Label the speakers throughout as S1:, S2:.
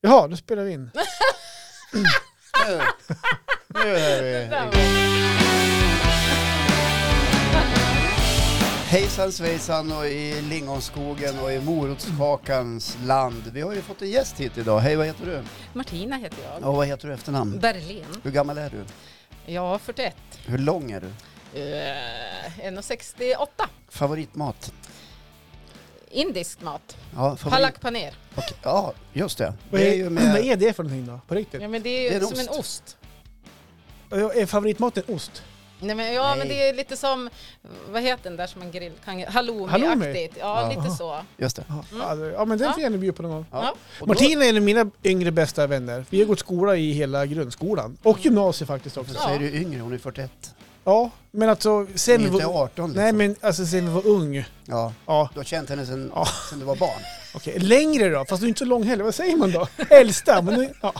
S1: Jaha, nu spelar vi in.
S2: Nu- Nu är vi igång. Hejsan svejsan och i lingonskogen och i morotskakans land. Vi har ju fått en gäst hit idag. Hej, vad heter du?
S3: Martina heter jag.
S2: Och vad heter du i efternamn?
S3: Berlin.
S2: Hur gammal är du?
S3: Ja, 41.
S2: Hur lång är du?
S3: Eh, 1,68.
S2: Favoritmat?
S3: Indisk mat.
S2: Ja, favorit...
S3: Palak paner.
S2: Okej, ja just det.
S1: Vad
S2: Det är
S1: är,
S2: ju
S1: vad
S2: med...
S1: är det för någonting då? På riktigt?
S3: Ja, men det är ju
S2: Det är en
S3: som
S2: ost.
S3: en ost.
S1: Ja. Är favoritmaten ost?
S3: Nej, men, ja,
S2: Nej.
S3: men det är lite som, vad heter den där som man grill kan...
S1: Halloumi?
S3: Halloumi-aktigt. Ja,
S2: Ja.
S3: lite så.
S2: Just det.
S1: Ja, det- ja men den
S3: Ja.
S1: får jag gärna bjuda på någon gång.
S2: Ja.
S3: Ja.
S2: Och då-
S1: Martina är en av mina yngre bästa vänner. Vi har gått skola i hela grundskolan. Och gymnasiet faktiskt också.
S2: Så är du yngre, hon är 41.
S1: Ja, men alltså
S2: Du är
S1: sen vi
S2: ju inte
S1: var...
S2: 18 liksom.
S1: Nej men alltså sen vi var ung.
S2: Ja,
S1: Ja,
S2: du har känt henne sedan
S1: Ja.
S2: sedan du var barn.
S1: okej. Längre då? Fast du är inte så lång heller. Vad säger man då? Äldsta? Men nu, ja.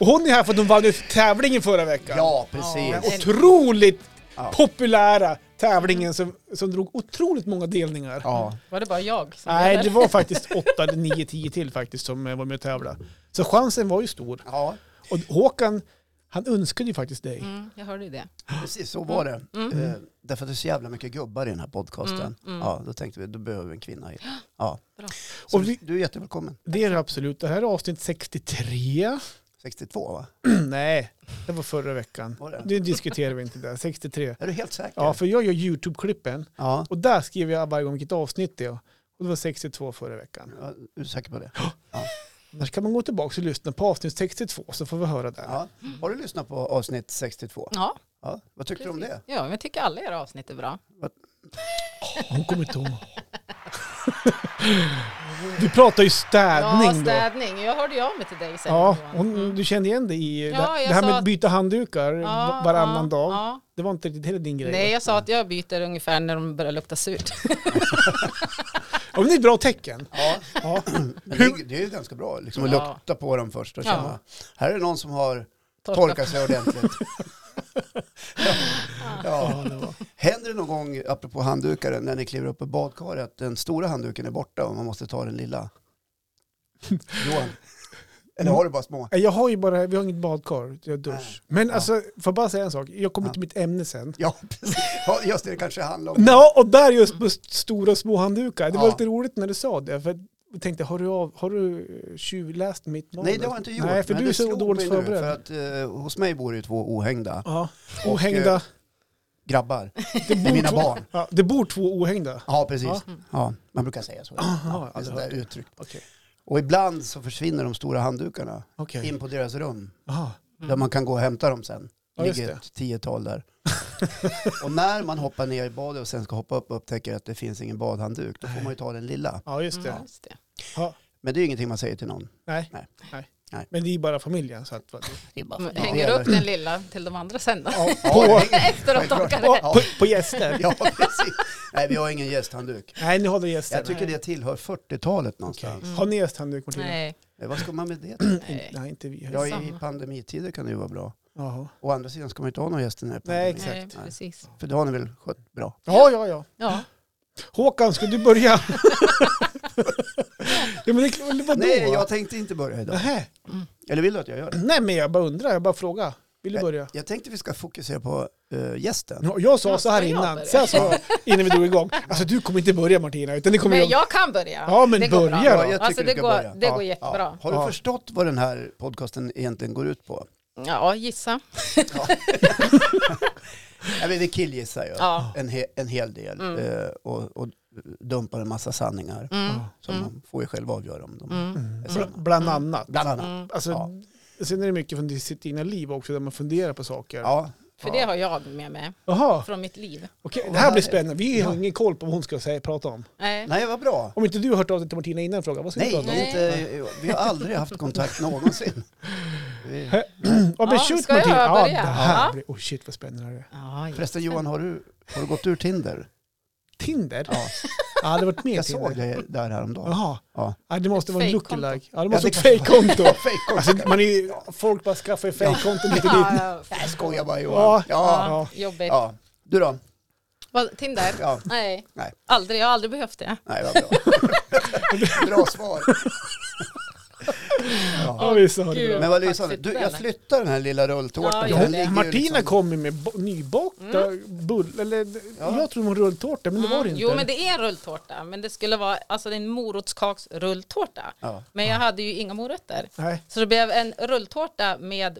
S1: Och hon är här för att hon vann ju tävlingen förra veckan.
S2: Ja,
S3: Ja.
S2: precis.
S3: Och-
S1: Otroligt
S2: Ja.
S1: populära tävlingen som, som drog otroligt många delningar.
S2: Ja.
S3: Var det bara jag som
S1: Nej,
S3: blev
S1: det
S3: där?
S1: var faktiskt åtta, eller nio, tio till faktiskt som eh, var med och tävlade. Så chansen var ju stor.
S2: ja,
S1: Och Håkan, han önskade ju faktiskt dig.
S3: Mm, jag hörde ju det.
S2: Precis, så var det.
S3: Mm.
S2: Eh, därför att det är så jävla mycket gubbar i den här podcasten.
S3: Mm, mm.
S2: Ja, då tänkte vi, då behöver vi en kvinna hit. Ja.
S3: Bra.
S2: Så
S1: Och vi-
S2: du, du är jättevälkommen.
S1: Det är det absolut. Det här är avsnitt 63.
S2: 62 va?
S1: Nej, det var förra veckan.
S2: Var det?
S1: Det diskuterar vi inte där. 63.
S2: Är du helt säker?
S1: Ja, för jag gör YouTube-klippen
S2: ja.
S1: och där skriver jag varje gång vilket avsnitt det är. Och det var 62 förra
S3: Mm.
S1: veckan.
S2: Ja, du är säker på det?
S1: Annars kan man gå tillbaka och lyssna på avsnitt 62 så får vi höra där.
S2: Ja. Har du lyssnat på avsnitt 62?
S3: Ja,
S2: Ja. Vad tyckte du om det?
S3: ja, men jag tycker alla era avsnitt är bra.
S1: Hon kommer inte ihåg. Du pratar ju städning
S3: Ja,
S1: då.
S3: städning. Jag hörde ju av mig till dig sen.
S1: Ja,
S3: Johan.
S1: hon, du kände igen det i
S3: Ja,
S1: det, det
S3: jag
S1: här
S3: sa
S1: med att
S3: att-
S1: byta handdukar
S3: Ja,
S1: va- varannan
S3: ja,
S1: dag.
S3: Ja.
S1: Det var inte riktigt heller din grej.
S3: Nej,
S1: va?
S3: jag sa att jag byter ungefär när de börjar lukta surt.
S1: Ja, men det är ett bra tecken.
S2: Ja,
S1: Ja.
S2: men det, är- det är ju ganska bra liksom, att
S3: Ja.
S2: lukta på dem först och
S3: Ja.
S2: känna. Här är det någon som har
S3: Torka
S2: torkat sig ordentligt. ja.
S1: Ja, det var.
S2: Händer det någon gång, apropå handdukar, när ni kliver upp i badkaret, att den stora handduken är borta och man måste ta den lilla? Johan? Eller har du bara små?
S1: Jag har ju bara, vi har inget badkar, jag har dusch. Men
S2: Ja.
S1: alltså, får jag bara säga en sak? Jag kommer
S2: Ja.
S1: till mitt ämne sen.
S2: Ja, precis. Ja, just det, det kanske handlar om...
S1: Nå, och där just på st- stora och små handdukar. Det var
S2: Ja.
S1: lite roligt när du sa det. För jag tänkte, har du, av, har du eh, tjuvläst mitt manus?
S2: Nej, det har jag inte gjort.
S1: Nej, för
S2: men
S1: du är
S2: det
S1: så
S2: slog
S1: dåligt
S2: mig nu,
S1: förberedd.
S2: För att, eh, hos mig bor det ju två ohängda
S1: Ja.
S2: Och,
S1: Ohängda.
S2: grabbar.
S1: Det
S2: Det är
S1: bor,
S2: mina
S1: två,
S2: barn.
S1: ja, det bor två ohängda.
S2: Ja, precis.
S1: Ja.
S2: Ja. man brukar säga så.
S1: Aha,
S2: det är
S1: aldrig
S2: sådär
S1: hört.
S2: uttryck.
S1: Okej.
S2: Och ibland så försvinner de stora handdukarna
S1: Okej.
S2: in på deras rum.
S1: Aha.
S2: Där man kan gå och hämta dem sen.
S1: Mm. Ja,
S2: Det
S1: just
S2: ligger
S1: det.
S2: ett tiotal där. och när man hoppar ner i badet och sen ska hoppa upp och upptäcker att det finns ingen badhandduk, då får man ju ta den lilla.
S1: Ja, just det.
S3: Mm, just det.
S2: Men det är ju ingenting man säger till någon.
S1: Nej.
S2: Nej.
S1: Nej.
S2: Nej.
S1: Men det är bara familjen. Så att, på,
S3: Men Hänger du upp den lilla till de andra sen då?
S2: Ja, det hänger-
S3: Efter de torkar det.
S2: Ja.
S1: på, på gäster.
S2: Ja, precis. Nej, vi har ingen gästhandduk.
S1: Nej, nu har du gäster.
S2: Jag tycker det Mm. tillhör 40-talet någonstans.
S1: Okej. Har ni gästhandduk Martina?
S3: Nej.
S2: Eh, Vad ska man med det till?
S1: In-
S3: Nej.
S1: Nej, inte vi.
S2: Ja, i
S3: Samma.
S2: pandemitider kan det ju vara bra.
S1: Jaha.
S2: Å andra sidan ska man ju inte ha några gäster när det är
S1: Nej,
S2: pandemi.
S1: exakt.
S3: Nej, precis.
S2: För det har ni väl skött bra?
S1: Ja, ja, ja.
S3: Ja.
S1: Håkan, ska du börja? ja, men det, är klart- vadå?
S2: Nej, jag tänkte inte börja idag.
S1: Nähä.
S2: Eller vill du att jag gör det?
S1: Nej, men jag bara undrar. Jag bara frågar. Vill du börja?
S2: Jag tänkte vi ska fokusera på eh, gästen.
S1: Ja, Jag
S3: Ja,
S1: sa så
S3: ska
S1: här
S3: jag
S1: innan,
S3: börja?
S1: så här sa jag innan vi drog igång. Alltså du kommer inte börja Martina, utan det kommer
S3: Men
S1: jag.
S3: jag kan börja.
S1: Ja, men
S3: det går
S1: börja
S3: bra.
S1: då.
S2: jag tycker
S3: Alltså,
S2: du
S3: det
S2: ska
S3: går-
S2: börja.
S3: det går jättebra.
S2: Har du
S1: Ja.
S2: förstått vad den här podcasten egentligen går ut på?
S3: Ja, gissa.
S2: Nej, men vi killgissar ju
S3: Ja.
S2: en, he- en hel del eh, och, och dumpar en massa sanningar
S3: Mm.
S2: som man får ju själv avgöra om de
S3: Mm.
S2: är
S1: Bla-
S2: sanna.
S1: Bland annat.
S2: Bland annat.
S1: Alltså, Sen är det mycket från sitt egna liv också, där man funderar på saker.
S2: Ja,
S3: För det har jag med mig
S1: Jaha,
S3: från mitt liv.
S1: okej. det här blir spännande. Vi har ingen koll på vad hon ska säga, prata om.
S3: Nej.
S2: nej vad bra.
S1: Om inte du har hört av dig till Martina innan frågan, vad ska
S2: Nej,
S1: du prata om?
S3: Nej.
S2: inte, vi har aldrig haft kontakt någonsin. Vi,
S1: Mm. Ja, men
S3: Ja,
S1: shoot
S3: ska jag
S1: Martina. Ja, det
S3: börja?
S1: här
S3: Ja.
S1: blir... Oh shit vad spännande det är.
S3: Ja, ja.
S2: Förresten Johan, har du, har du gått ur Tinder?
S1: Tinder? Ja. ja, det har varit mer
S2: Jag
S1: Tinder.
S2: såg dig där häromdagen.
S1: Jaha.
S2: Ja.
S1: Ja, det måste vara en
S3: Fake-konto.
S1: lookalike. Ja, det
S2: Ja,
S1: måste
S2: det
S1: vara ett fejkkonto.
S2: Fake
S1: Alltså, man är ju, folk bara skaffar ju fejkkonton lite dit.
S3: Ja,
S2: Jag skojar bara
S1: Ja.
S2: Johan. Ja.
S3: ja, jobbigt.
S2: ja. Du då?
S3: Vad, Tinder?
S2: Ja.
S3: Nej.
S2: Nej.
S3: aldrig. Jag har aldrig behövt det.
S2: Nej, vad bra. bra svar.
S1: Ja, vi sa det.
S3: Gud.
S1: bra.
S2: Men vad lysande.
S3: Faktiskt
S2: Du, jag
S3: väl.
S2: flyttar den här lilla rulltårtan.
S3: Ja,
S1: Ja,
S2: Den
S1: hon,
S2: ligger ju
S1: Martina
S2: liksom-
S1: kom ju med bo- nybakta bull, eller
S2: Ja.
S1: jag tror hon rulltårta, men det var det inte.
S3: Mm. Jo men det är en rulltårta. Men det skulle vara alltså det är en morotskaksrulltårta.
S2: Ja.
S3: Men jag hade ju inga morötter.
S1: Nej.
S3: Så det blev en rulltårta med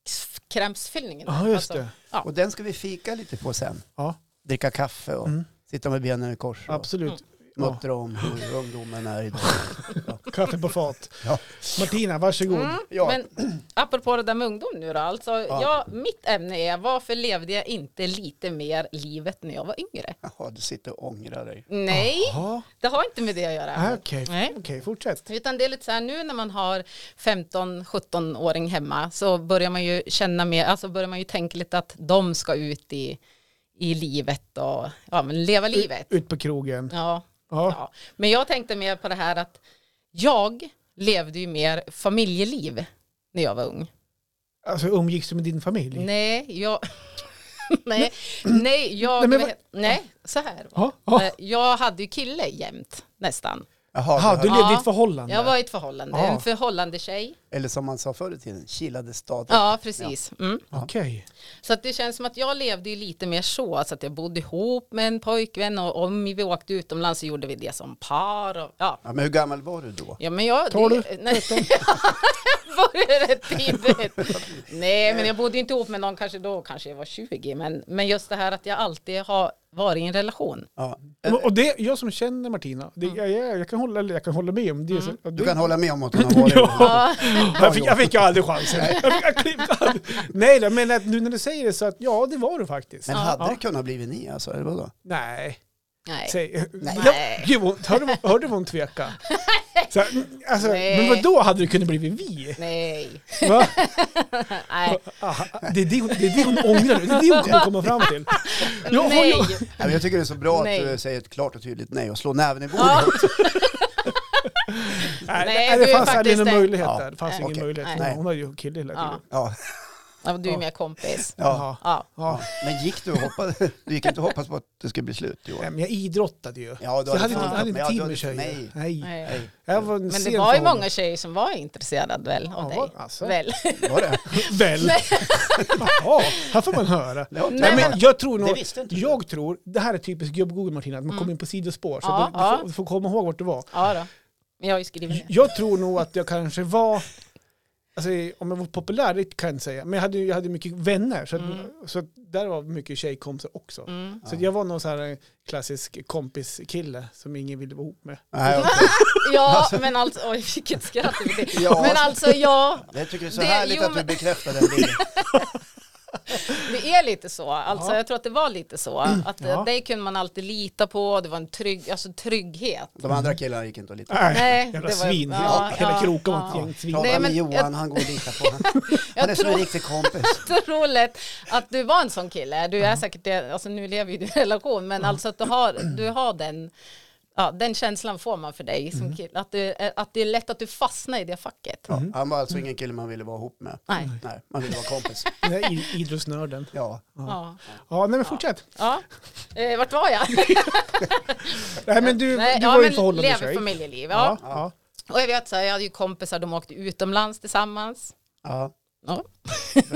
S3: morotskrämsfyllningen. Alltså,
S1: Ja, just det.
S3: ja.
S2: Och den ska vi fika lite på sen.
S1: Ja,
S2: Dricka kaffe och sitta med benen i kors. Och
S1: absolut. Mm.
S3: Mm.
S1: Ja,
S2: muttra om hur ungdomen är idag.
S1: kaffe på fat.
S2: Ja.
S1: Martina, varsågod.
S3: Mm.
S2: Ja.
S3: Men apropå det där med ungdom nu då, alltså, ja. mitt ämne är varför levde jag inte lite mer livet när jag var yngre?
S2: Jaha, du sitter och ångrar dig.
S3: Nej,
S1: Ja,
S3: det har inte med det att göra.
S1: ah, okej.
S3: Nej.
S1: Okej, fortsätt.
S3: Utan det är lite så här nu när man har 15-17-åring hemma så börjar man ju känna mer, alltså börjar man ju tänka lite att de ska ut i, i livet och ja, men leva livet.
S1: Ut på krogen.
S3: Ja,
S1: Ja.
S3: ja. Men jag tänkte mer på det här att jag levde ju mer familjeliv när jag var ung.
S1: Alltså umgicks du med din familj?
S3: Nej, jag... nej, nej, jag...
S1: Mm. Nej,
S3: Nej,
S1: men vad-
S3: så här var
S1: Ja. ja.
S3: det. Jag hade ju kille jämt, nästan.
S2: Jaha,
S1: Aha,
S2: det
S1: du
S2: här-
S1: levde i
S3: Ja.
S1: ett förhållande?
S3: Jag var i ett förhållande,
S1: Ja.
S3: en förhållande tjej.
S2: Eller som man sa förr i tiden, kilade stadigt.
S3: Ja, precis. Mm.
S1: Okej.
S3: Så att det känns som att jag levde ju lite mer så, alltså att jag bodde ihop med en pojkvän och om vi åkte utomlands så gjorde vi det som par. Och, ja.
S2: Ja, men hur gammal var du då?
S3: Ja men jag...
S1: Tolv,
S3: det- nej. var det rätt tidigt? Nej men jag bodde ju inte ihop med någon kanske då, kanske jag var 20. Men, men just det här att jag alltid har varit i en relation.
S2: Ja.
S1: Men- Och det, jag som känner Martina, det, jag, jag, jag, kan hålla, eller jag kan hålla med om det.
S3: Mm.
S1: Så,
S2: Du
S1: det-
S2: kan hålla med om att hon har varit
S1: Ja. Jag fick, jag fick ju aldrig chansen. Jag fick, jag klippte aldrig. Nej, då, men att nu när du säger det så att ja, det var du faktiskt.
S2: Men
S3: Ja.
S2: hade
S1: Ja.
S2: det kunnat blivit ni alltså? Eller vadå?
S1: Nej.
S3: Nej.
S1: Säg.
S2: Nej.
S1: Ja, gud, hon- hörde, du- hörde du vad hon tveka? Så, här, alltså,
S3: Nej.
S1: men då hade det kunnat bli vi?
S3: Nej.
S1: Va?
S3: Nej.
S1: Aha, det, är det, hon- det är det hon ångrar nu. Det är det hon kommer komma fram till. Jag har
S3: nej.
S1: ju-
S2: Nej, men jag tycker det är så bra
S3: Nej.
S2: att du säger ett klart och tydligt nej och slår näven i bordet.
S3: Ja.
S1: Nej,
S3: Nej,
S1: det
S3: du är
S1: fanns aldrig
S3: faktiskt
S1: någon
S3: en-
S1: möjlighet
S2: Ja.
S1: där. Det fanns
S2: Nej.
S1: ingen
S2: Okej.
S1: möjlighet.
S2: Nej.
S1: Hon har ju kille hela tiden.
S2: Ja.
S3: Ja. Ja, du är ju mer kompis.
S2: Ja.
S1: Jaha.
S3: Ja.
S1: Ja.
S2: Men gick du och hoppade? Du gick inte och hoppas på att det skulle bli slut Johan?
S1: Nej, men jag idrottade ju.
S2: Ja,
S1: så jag hade inte, jag hade
S2: Men
S1: inte
S2: ja,
S1: tid
S2: du
S1: med
S2: hade-
S1: tjejer.
S2: Nej.
S1: Nej.
S3: Nej.
S1: Jag var en
S3: Men
S1: sen
S3: det var ju
S1: förhållande.
S3: många tjejer som var intresserade väl av
S1: Ja,
S3: dig?
S1: alltså.
S3: Väl?
S2: Var det?
S1: Väl? Jaha, här får man höra.
S2: Det var inte
S1: Nej,
S3: Nej,
S1: men jag tror
S2: Det
S1: nog,
S2: visste inte du.
S1: jag tror, det här är typiskt gubb-Google Martina, att man kommer in på sidospår. Så
S3: Mm. Ja,
S1: du, du,
S3: ja.
S1: får, du får komma ihåg vart du var.
S3: Ja då. Men jag har ju skrivit ner.
S1: Jag tror nog att jag kanske var, alltså, om jag var populär det kan jag inte säga, men jag hade, ju- jag hade mycket vänner. Så, att, så att där var mycket tjejkompisar också.
S3: Mm.
S1: Så att jag var någon så här klassisk kompiskille som ingen ville vara ihop med.
S2: Nej, okej.
S3: Ja, men alltså, oj vilket skratt det blev.
S2: Ja.
S3: Men alltså ja,
S2: Jag tycker det är så
S3: Det-
S2: härligt
S3: jo,
S2: att du
S3: men-
S2: bekräftar den bilden.
S3: det är lite så. Alltså
S1: Ja.
S3: jag tror att det var lite så. Att
S1: Ja.
S3: ja. dig kunde man alltid lita på, det var en trygg, alltså trygghet.
S2: De andra killarna gick inte och litade.
S1: Nej,
S3: Nej,
S1: jävla
S3: det var-
S1: svin.
S3: ja,
S1: Hela
S3: ja,
S1: kroken var
S3: ja.
S1: ett gäng svin.
S2: Prata
S3: Nej,
S2: med
S3: men
S2: Johan, han går och litar på. Han, han är som en
S3: tror-
S2: riktig kompis.
S3: Otroligt att du var en sån kille. Du är säkert det, alltså nu lever ju du i en relation, men alltså att du har, du har den, ja, den känslan får man för dig
S1: Mm.
S3: som kille. Att, du, att det är lätt att du fastnar i det facket.
S2: Ja, Han var alltså ingen kille man ville vara ihop med.
S3: Nej.
S2: Nej, man ville vara kompis.
S1: Den där id- idrottsnörden.
S2: Ja,
S3: Ja.
S1: Ja, nej men fortsätt.
S3: ja. Eh, vart var jag?
S1: Nej men du,
S3: Nej,
S1: du
S3: ja,
S1: var ju
S3: men
S1: förhållande
S3: lever familjeliv. Ja.
S1: Ja, ja.
S3: Och jag vet så här, jag hade ju kompisar, de åkte utomlands tillsammans.
S2: ja.
S3: Ja.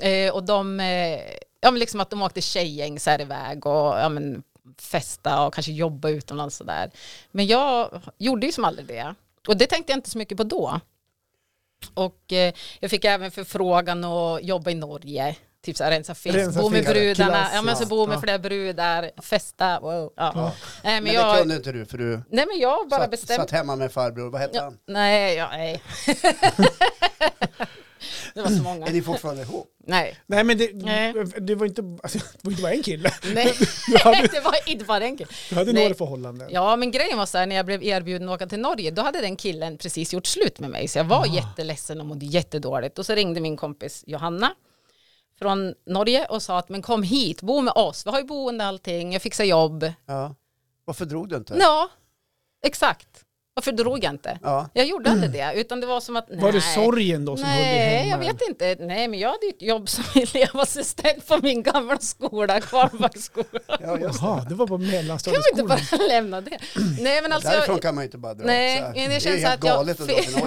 S3: eh, och de, eh, ja men liksom att de åkte tjejgäng så här iväg och ja men festa och kanske jobba utomlands så där. Men jag gjorde ju som aldrig det. Och det tänkte jag inte så mycket på då. Och eh, jag fick även förfrågan att jobba i Norge. Typ så här, rensa fisk,
S1: Rensa
S3: bo med
S1: fisk,
S3: brudarna,
S1: klass,
S3: ja men så
S1: ja.
S3: bo med
S1: Ja.
S3: flera brudar, festa, wow. Ja. Nej, men
S2: Men
S3: jag,
S2: det kunde inte du för du
S3: Nej men jag bara
S2: satt,
S3: bestämde
S2: satt hemma med farbror. Vad hette
S3: Ja,
S2: han?
S3: nej, ja, nej. det var så många.
S2: Är ni fortfarande ihop?
S3: Nej.
S1: Nej men det,
S3: Nej.
S1: det var inte, alltså, det var inte bara en kille.
S3: Nej,
S1: Du hade,
S3: det var inte bara enkelt.
S1: du hade
S3: Nej.
S1: några förhållanden.
S3: Ja, men grejen var så här när jag blev erbjuden att åka till Norge, då hade den killen precis gjort slut med mig, så jag var
S1: Ah.
S3: jätteledsen och mådde jättedåligt. Och så ringde min kompis Johanna från Norge och sa att men kom hit, bo med oss, vi har ju boende och allting, jag fixar jobb.
S2: Ja. Varför drog du inte?
S3: Ja, exakt. Varför drog jag inte?
S2: Ja.
S3: Jag gjorde aldrig det, utan det var som att nej.
S1: Var det sorgen då som höll dig
S3: Nej, jag
S1: hemma?
S3: vet inte. Nej, men jag hade ju ett jobb som elevassistent på min gamla skola, Kvarnbacksskolan.
S2: Ja, just det.
S1: Jaha, det var på
S3: Kan vi inte
S1: mellanstadieskolan.
S3: bara lämna det? Nej, men alltså,
S2: Därifrån
S3: jag,
S2: kan man ju inte bara dra.
S3: Nej,
S2: så här.
S3: men det
S2: det är
S3: känns
S2: helt
S3: att jag
S2: galet att dra till
S3: fe-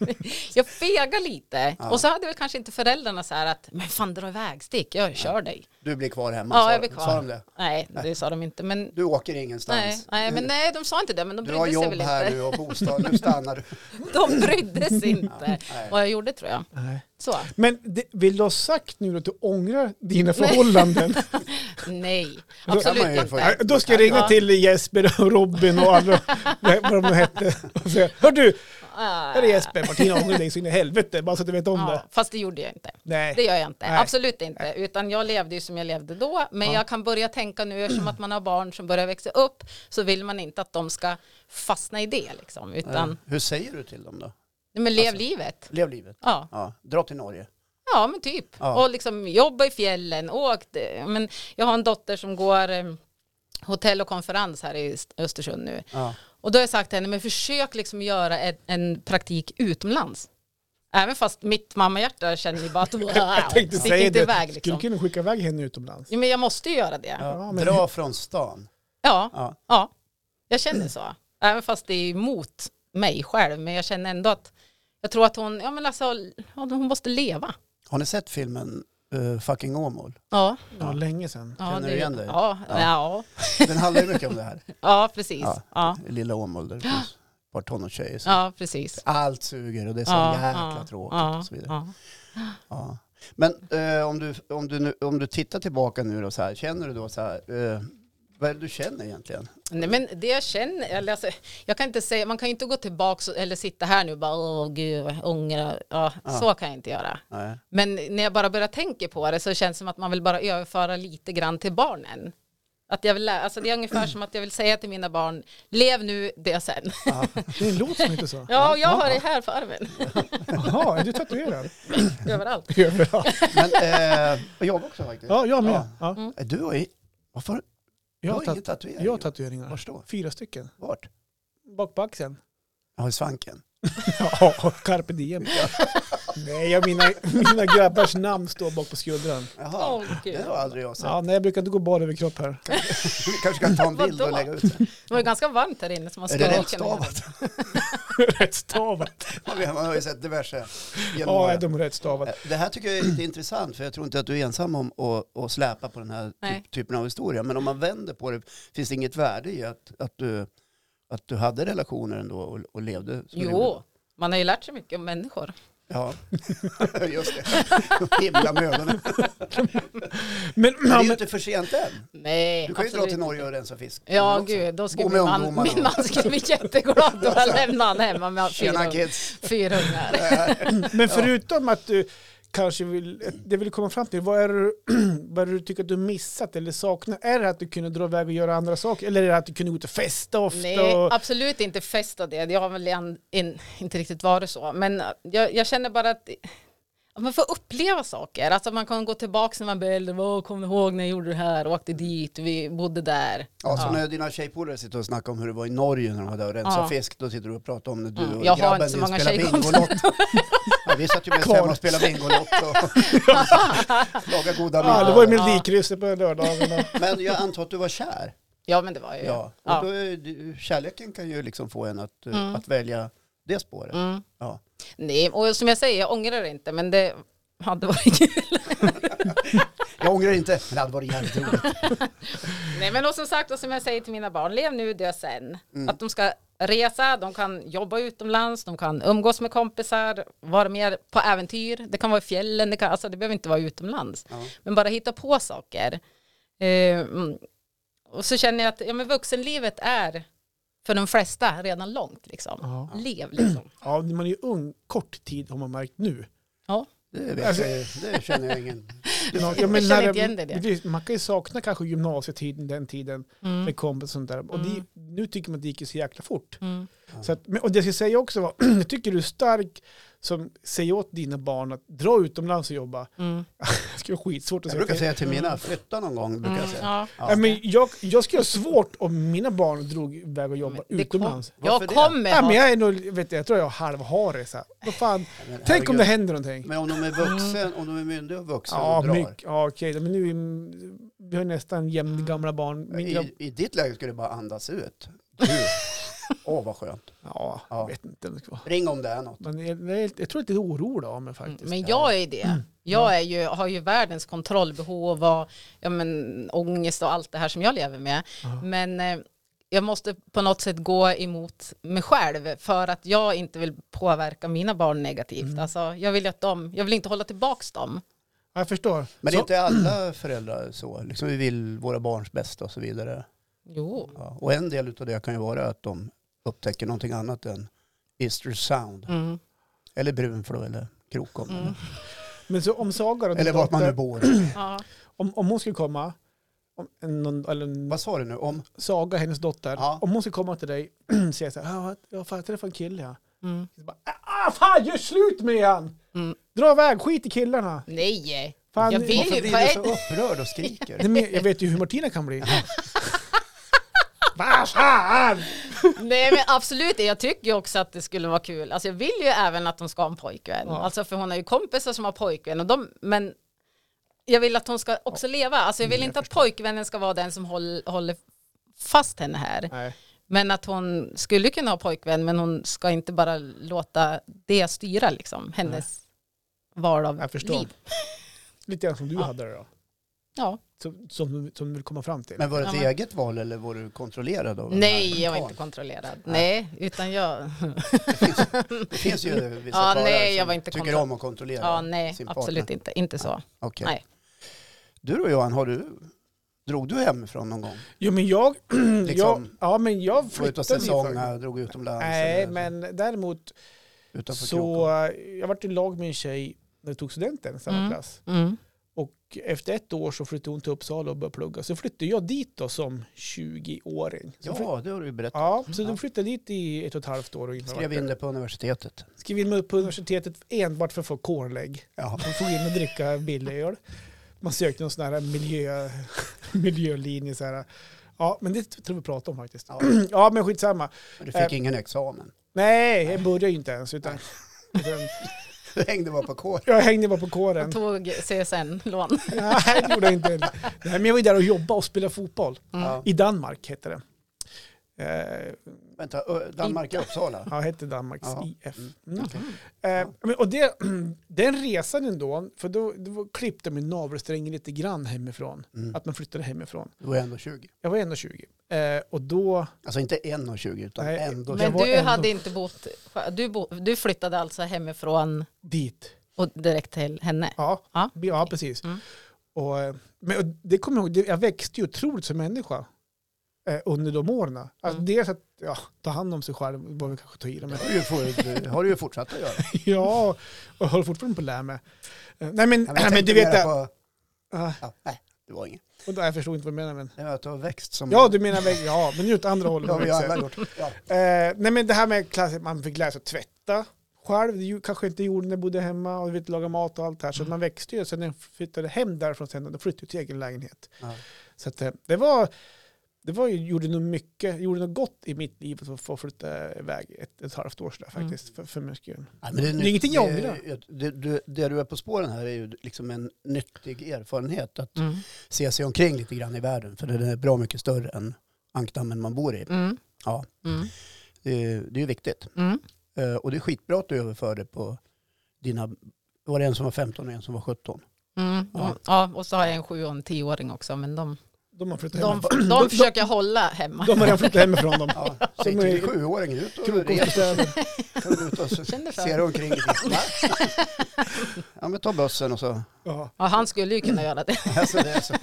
S2: Norge.
S3: jag fegar lite.
S2: Ja.
S3: Och så hade väl kanske inte föräldrarna så här att, men fan dra iväg, stick, jag kör dig.
S2: Du blir kvar hemma,
S3: Ja,
S2: sa,
S3: jag blir kvar.
S2: sa de det?
S3: Nej, det sa de inte. Men,
S2: Du åker ingenstans.
S3: nej, nej, men nej, de sa inte det, men de
S2: Du har
S3: brydde sig
S2: Mm. jobb
S3: väl
S2: här
S3: inte.
S2: nu och bostad, nu stannar du.
S3: De brydde sig inte
S2: nej.
S3: vad jag gjorde tror jag.
S1: Nej.
S3: Så,
S1: Men det, vill du ha sagt nu att du ångrar dina förhållanden?
S3: nej,
S2: man
S3: absolut
S2: ju få-
S3: inte.
S1: Nej, Då ska jag ringa
S3: Ja.
S1: till Jesper och Robin och alla nej, vad de hette. Och säga, Hör du, här är Jesper, Martina ångrar dig så in i helvete, bara så att du vet om det.
S3: Ja, fast det gjorde jag inte.
S1: Nej.
S3: Det gör jag inte,
S1: Nej.
S3: absolut inte. Utan jag levde ju som jag levde då. Men jag kan börja tänka nu, eftersom att man har barn som börjar växa upp, så vill man inte att de ska fastna i det. Liksom. Utan,
S2: Nej. Eh, Hur säger du till dem då?
S3: nej, men lev
S2: Alltså-
S3: livet.
S2: Lev livet.
S3: Ja.
S2: Ja, dra till Norge.
S3: ja, men typ.
S2: Ja.
S3: Och liksom jobba i fjällen, åk. det. Men jag har en dotter som går eh, hotell och konferens här i Öst- Östersund nu.
S2: Ja.
S3: Och då har jag sagt till henne, men försök liksom göra en, en praktik utomlands. Även fast mitt mammahjärta känner ju bara att wow,
S1: Jag tänkte
S3: stick
S1: säga
S3: inte
S1: det,
S3: iväg
S1: skulle
S3: liksom.
S1: kunna skicka iväg henne utomlands.
S3: Ja, men jag måste ju göra det.
S2: Ja,
S1: Ja, men-
S2: Dra från stan.
S3: Ja,
S2: Ja.
S3: ja, jag känner så. Även fast det är emot mig själv, men jag känner ändå att jag tror att hon, ja men alltså, ja, hon måste leva.
S2: Har ni sett filmen eh, Fucking Åmål?
S3: Ja,
S1: Det var länge sedan.
S3: ja
S2: Känner du igen dig?
S3: Ja,
S2: Ja.
S3: ja. ja,
S2: Den handlar ju mycket om det här.
S3: ja precis.
S2: Ja.
S3: Ja. Ja.
S2: Lilla Åmål där det finns ett par tonårstjejer. som-
S3: precis.
S2: Allt suger och det är så
S3: ja,
S2: jäkla
S3: ja,
S2: tråkigt
S3: ja,
S2: och så vidare.
S3: Ja.
S2: Ja. Men eh, om, du, om, du nu, om du tittar tillbaka nu då så här, känner du då så här, eh, vad är det du känner egentligen?
S3: Nej men det jag känner, eller alltså, jag kan inte säga, man kan ju inte gå tillbaka eller sitta här nu och bara åh gud, jag ångrar, ja, så kan jag inte göra.
S2: Nej.
S3: Men när jag bara börjar tänka på det så känns det som att man vill bara överföra lite grann till barnen. Att jag vill, lä- alltså det är ungefär som att jag vill säga till mina barn, lev nu det sen.
S1: Det är en låt som heter så.
S3: Ja, och jag har det här på armen,
S1: Jaha, är du tatuerad?
S3: överallt.
S1: Överallt.
S2: Men, eh, och jag också faktiskt.
S1: Ja, jag med.
S3: Mm.
S1: Ja.
S2: Eh, Du har ju, varför?
S1: Jag
S2: du
S1: har
S2: har ingen
S1: tat-
S2: tatuering.
S1: jag har tatueringar.
S2: Vart då?
S1: Fyra stycken.
S2: Vart?
S1: Bak på axeln.
S2: Ja, i svanken.
S1: Ja, carpe diem. Nej, jag, mina, mina grabbars namn står bak på skuldran.
S2: Jaha,
S3: Åh
S2: det
S3: gud.
S2: har aldrig jag sett.
S1: Ja, nej, jag brukar inte gå bara över kropp här.
S2: Vi kanske kan ta en bild
S3: Vadå?
S2: och lägga ut den.
S3: Det var ju ganska varmt här inne så man
S2: Är det
S3: skrek
S2: rätt stavat?
S1: rätt stavat.
S2: Man har ju sett diverse genom
S1: Ja,
S2: åren.
S1: de är rätt stavat.
S2: Eh, Det här tycker jag är lite intressant, för jag tror inte att du är ensam om att, att släpa på den här
S3: Nej.
S2: typ, typen av historia. Men om man vänder på det, finns det inget värde i att, att, du, att du hade relationer ändå och, och levde som du gjorde?
S3: Jo, man har ju lärt sig mycket om människor.
S2: Ja, just det. Himla med ögonen.
S1: Men,
S2: Det är
S1: ja,
S2: ju
S1: men,
S2: inte för sent än.
S3: Nej,
S2: Du kan ju dra
S3: absolut
S2: till Norge
S3: inte.
S2: och rensa fisk.
S3: Ja,
S2: också.
S3: gud, då
S2: Bo
S3: skulle
S2: med
S3: min man,
S2: ungdomar
S3: min
S2: och-
S3: man skulle bli jätteglad då jag lämnade han hemma med
S2: Tjena
S3: fyra,
S2: kids.
S3: fyra ungar.
S1: men förutom att du kanske vill, det vill komma fram till, vad är, det, du- vad är det du tycker att du missat eller saknar? Är det att du kunde dra iväg och göra andra saker? Eller är det att du kunde gå ut och festa ofta?
S3: Nej,
S1: och,
S3: absolut inte festa det. Jag har väl en, en, inte riktigt varit så. Men eh, jag, jag känner bara att eh, att man får uppleva saker. Alltså man kan gå tillbaka när man blir äldre. Åh, kom du ihåg när jag gjorde det här? Åkte dit, vi bodde där.
S2: Ja, så när dina tjejpolare sitter och snackar om hur det var i Norge när de var där och rensade
S3: Ja.
S2: fisk, då sitter du och pratar om när du
S3: Mm.
S2: och
S3: Jag har
S2: grabben
S3: inte så
S2: din
S3: många
S2: spelar
S3: tjejkompisar.
S2: Bingolotto. ja, vi satt ju mest
S1: Karl.
S2: hemma och spelade Bingolotto och lagade goda
S1: ja, det var ju
S2: middagar.
S1: melodikrysset på lördagarna.
S2: Men jag antar att du var kär.
S3: Ja, men det var ju.
S2: Ja.
S3: Ja.
S2: Och då är du, kärleken kan ju liksom få en att, eh, att välja det spåret.
S3: Mm.
S2: Ja.
S3: Nej, och som jag säger, jag ångrar det inte, men det hade varit kul.
S2: Jag ångrar inte, men det hade varit jävligt roligt.
S3: Nej, men och som sagt, och som jag säger till mina barn, lev nu, dö sen.
S2: Mm.
S3: Att de ska resa, de kan jobba utomlands, de kan umgås med kompisar, vara mer på äventyr. Det kan vara i fjällen, det, kan, alltså, det behöver inte vara utomlands.
S2: Ja.
S3: Men bara hitta på saker. Eh, mm. och så känner jag att ja, men vuxenlivet är för de flesta redan långt. Liksom.
S1: Ja.
S3: Lev liksom.
S1: Ja, man är ju ung kort tid har man märkt nu.
S3: Ja.
S2: Det, vet
S1: Alltså-
S2: jag, ju. det känner jag ingen.
S1: Ja,
S3: Jag
S1: men
S3: känner
S1: när
S3: inte igen det.
S1: precis, Man kan ju sakna kanske gymnasietiden, den tiden,
S3: Mm.
S1: med kompis och sånt där. Och det,
S3: Mm.
S1: nu tycker man att det gick ju så jäkla fort. Så att, men, och det jag ska säga också var, jag tycker du är stark som säger åt dina barn att dra utomlands och jobba. Det skulle vara skitsvårt att
S2: Jag
S1: säga.
S2: brukar
S1: till.
S2: säga till mina, flytta någon gång, brukar jag
S3: Mm,
S2: säga.
S3: ja.
S2: Ja.
S1: Nej, men jag, jag skulle ha svårt om mina barn drog iväg och jobbade
S3: Men det kom-
S1: utomlands.
S3: Jag
S2: Varför det?
S3: kommer
S1: Nej,
S3: ha-
S1: men jag, är nog, vet du, jag tror jag halvhar det. Så här. Vad fan?
S2: Men
S1: Tänk om
S2: herregud.
S1: det händer någonting.
S2: Men om de är vuxen, om de är myndiga och vuxna
S1: Ja,
S2: och drar.
S1: mycket, ja okej. Men nu är, vi har nästan jämn gamla barn. Min grabb,
S2: Mm. I, I ditt läge skulle det bara andas ut. Gud. Åh, vad skönt.
S1: ja,
S2: Ja.
S1: jag vet inte om det ska vara.
S2: Ring om det är något.
S1: Men jag, jag, jag tror att det är oro av mig faktiskt.
S3: Mm, Men jag är det. Jag är ju, har ju världens kontrollbehov och ja, men, ångest och allt det här som jag lever med. Men eh, jag måste på något sätt gå emot mig själv för att jag inte vill påverka mina barn negativt. Alltså, jag, vill ju att de, jag vill inte hålla tillbaka dem.
S1: Ja, jag förstår.
S2: Men
S1: Så-
S2: det är inte alla föräldrar så. Liksom vi vill våra barns bästa och så vidare.
S3: Jo.
S2: Ja. Och en del av det kan ju vara att de upptäcker någonting annat än Easter Sound.
S3: Mm.
S2: Eller Brunflo eller Krokom.
S3: Mm.
S1: Men så om Saga då, din
S2: Eller vart man nu
S1: dotter,
S2: bor.
S3: Ja.
S1: om, om hon skulle komma, om, en, någon, eller en,
S2: Vad sa du nu? Om?
S1: Saga, hennes dotter,
S2: Ja.
S1: om hon skulle komma till dig och säga så här, "Ah, jag fan, jag träffade en kille ja.
S3: Mm.
S1: Så bara, ah fan gör slut med han!
S3: Mm.
S1: Dra iväg, skit i killarna!
S3: Nej.
S1: Fan,
S3: jag vill
S2: Varför
S3: ju.
S2: blir du så upprörd och skriker?
S1: Nej, men jag vet ju hur Martina kan bli. Vad fan!
S3: Nej men absolut, jag tycker ju också att det skulle vara kul. Alltså jag vill ju även att hon ska ha en pojkvän.
S1: Ja.
S3: Alltså för hon har ju kompisar som har pojkvän. Och de, men jag vill att hon ska också leva. Alltså jag vill inte att pojkvännen ska vara den som håll, håller fast henne här.
S1: Nej.
S3: Men att hon skulle kunna ha pojkvän men hon ska inte bara låta det styra liksom hennes val av
S1: Jag förstår.
S3: liv.
S1: Lite grann som du
S3: Ja.
S1: hade det då.
S3: Ja.
S1: Som, som, du- som du vill komma fram till.
S2: Men var det ett
S3: Ja, men-
S2: eget val eller var du kontrollerad? Av den
S3: Nej,
S2: här
S3: jag var
S2: orkan?
S3: inte kontrollerad. Nej, utan jag...
S2: Det finns ju vissa
S3: Ja,
S2: karlar
S3: nej, jag
S2: som
S3: var inte
S2: tycker
S3: kontro-
S2: om att kontrollera
S3: Ja, nej,
S2: sin partner.
S3: absolut inte. Inte så.
S2: Okej.
S3: Nej.
S2: Du då Johan, har du, drog du hemifrån någon gång?
S1: Jo men jag, jag,
S2: Liksom,
S1: ja, men jag
S2: Var ute
S1: flyttade
S2: och
S1: ju faktiskt.
S2: säsonga, drog utomlands?
S1: Nej,
S2: eller
S1: men däremot
S2: Utanför
S1: så
S2: kroken?
S1: eh, jag varit i lag med en tjej när jag tog studenten, samma
S3: Mm.
S1: klass.
S3: Mm.
S1: Och efter ett år så flyttade hon till Uppsala och började plugga. Så flyttade jag dit då som 20-åring. Så flytt-
S2: Ja, det har du ju berättat.
S1: ja, så
S2: Ja.
S1: då flyttade jag dit i ett och ett halvt år. Och inte
S2: Skrev
S1: varit
S2: in
S1: där.
S2: det på universitetet.
S1: Skrev in mig på universitetet enbart för att få kornlägg.
S2: Ja.
S1: Man får gå in och dricka billig öl. Man sökte någon sån här miljö, miljölinje. Så här. Ja, men det tror vi pratar om faktiskt.
S2: Ja.
S1: Ja, men skitsamma.
S2: Men du fick
S1: Eh.
S2: ingen examen.
S1: Nej, jag började ju inte ens. Utan, utan
S2: Du hängde bara på kår.
S1: jag hängde bara på
S3: Jag
S1: kåren.
S3: tog CSN-lån.
S1: Nej, det gjorde jag inte. heller. Nej, men jag var ju där och jobbade och spelade fotboll.
S3: Mm.
S2: Ja.
S1: I Danmark hette det. Eh,
S2: Vänta, ö, Danmark, Uppsala?
S1: Ja, hette Danmarks
S2: Ja.
S1: IF.
S2: Mm,
S1: Mm.
S2: okej.
S1: Eh, men- och det, den resan ändå, för då, då klippte min navelsträngen lite grann hemifrån.
S2: Mm.
S1: Att man flyttade hemifrån.
S2: Du var ändå 20.
S1: Jag var 1,20. Eh, och då...
S2: Alltså inte 1,20 utan
S1: Nej.
S2: ändå 20.
S1: Jag
S3: Men
S1: var
S3: du
S1: ändå-
S3: hade inte bott, du, bo, du flyttade alltså hemifrån
S1: Dit.
S3: och direkt till henne?
S1: Ja,
S3: Ja.
S1: ja precis.
S3: Mm.
S1: Och, eh, men och det kommer jag ihåg, det- jag växte ju otroligt som människa eh, under de åren. Alltså,
S3: Mm.
S1: Dels att ja, ta hand om sig själv, var vi kanske ta i det, men
S2: Det har du ju fort- har du ju fortsatt att göra.
S1: ja, och håller fortfarande på att lära mig. Eh, Nej men,
S2: Ja,
S1: nej,
S2: jag
S1: men
S2: tänkte
S1: du vet
S2: mera
S1: det.
S2: på-
S1: Ah,
S2: Ja, nej, det var inget.
S1: och då, jag förstod inte vad du menar. Men.
S2: Det var att du har växt som...
S1: Ja, du menar väg, ja, men nu åt andra hållet.
S2: det har vi ju
S1: växer.
S2: alla gjort. Ja.
S1: Eh, nej men det här med klass, man fick lära sig att tvätta själv, det ju- kanske inte gjorde när jag bodde hemma och du vet, laga mat och allt det här. Så
S3: Mm.
S1: man växte ju, sen när jag flyttade hem därifrån sen, då flyttade jag till egen lägenhet.
S2: Ja.
S1: Så att, eh, det var, det var ju, gjorde nog mycket, gjorde något gott i mitt liv att få- få flytta iväg ett, ett halvt år sådär faktiskt,
S2: Mm.
S1: för, för min skull.
S2: Nej, men det,
S1: Det är ingenting jag ångrar.
S2: det, det, det, det du är på spåren här är ju liksom en nyttig erfarenhet att
S3: Mm.
S2: se sig omkring lite grann i världen. För den är bra mycket större än ankdammen man bor i.
S3: Mm.
S2: Ja.
S3: Mm.
S2: Det, är- det är ju viktigt.
S3: Mm.
S2: Eh, Och det är skitbra att du överför det på dina... Var det en som var 15 och en som var 17?
S3: Mm.
S2: Ja.
S3: Ja, och så har jag en sju och en tioåring också, men de,
S1: De har flyttat
S3: de,
S1: hemifrån.
S3: de,
S1: de-
S3: försöker jag hålla hemma.
S1: De har redan flyttat hemifrån dem.
S2: Ja,
S1: Som
S2: säg
S1: är-
S2: till sjuåringen ut och res.
S1: Krokostövel.
S2: Kan du ut och så-
S3: Känner för.
S2: ser omkring dig. Ja men ta bussen och så.
S1: Ja.
S3: Ja, han skulle ju kunna göra det.
S2: Alltså, det är så.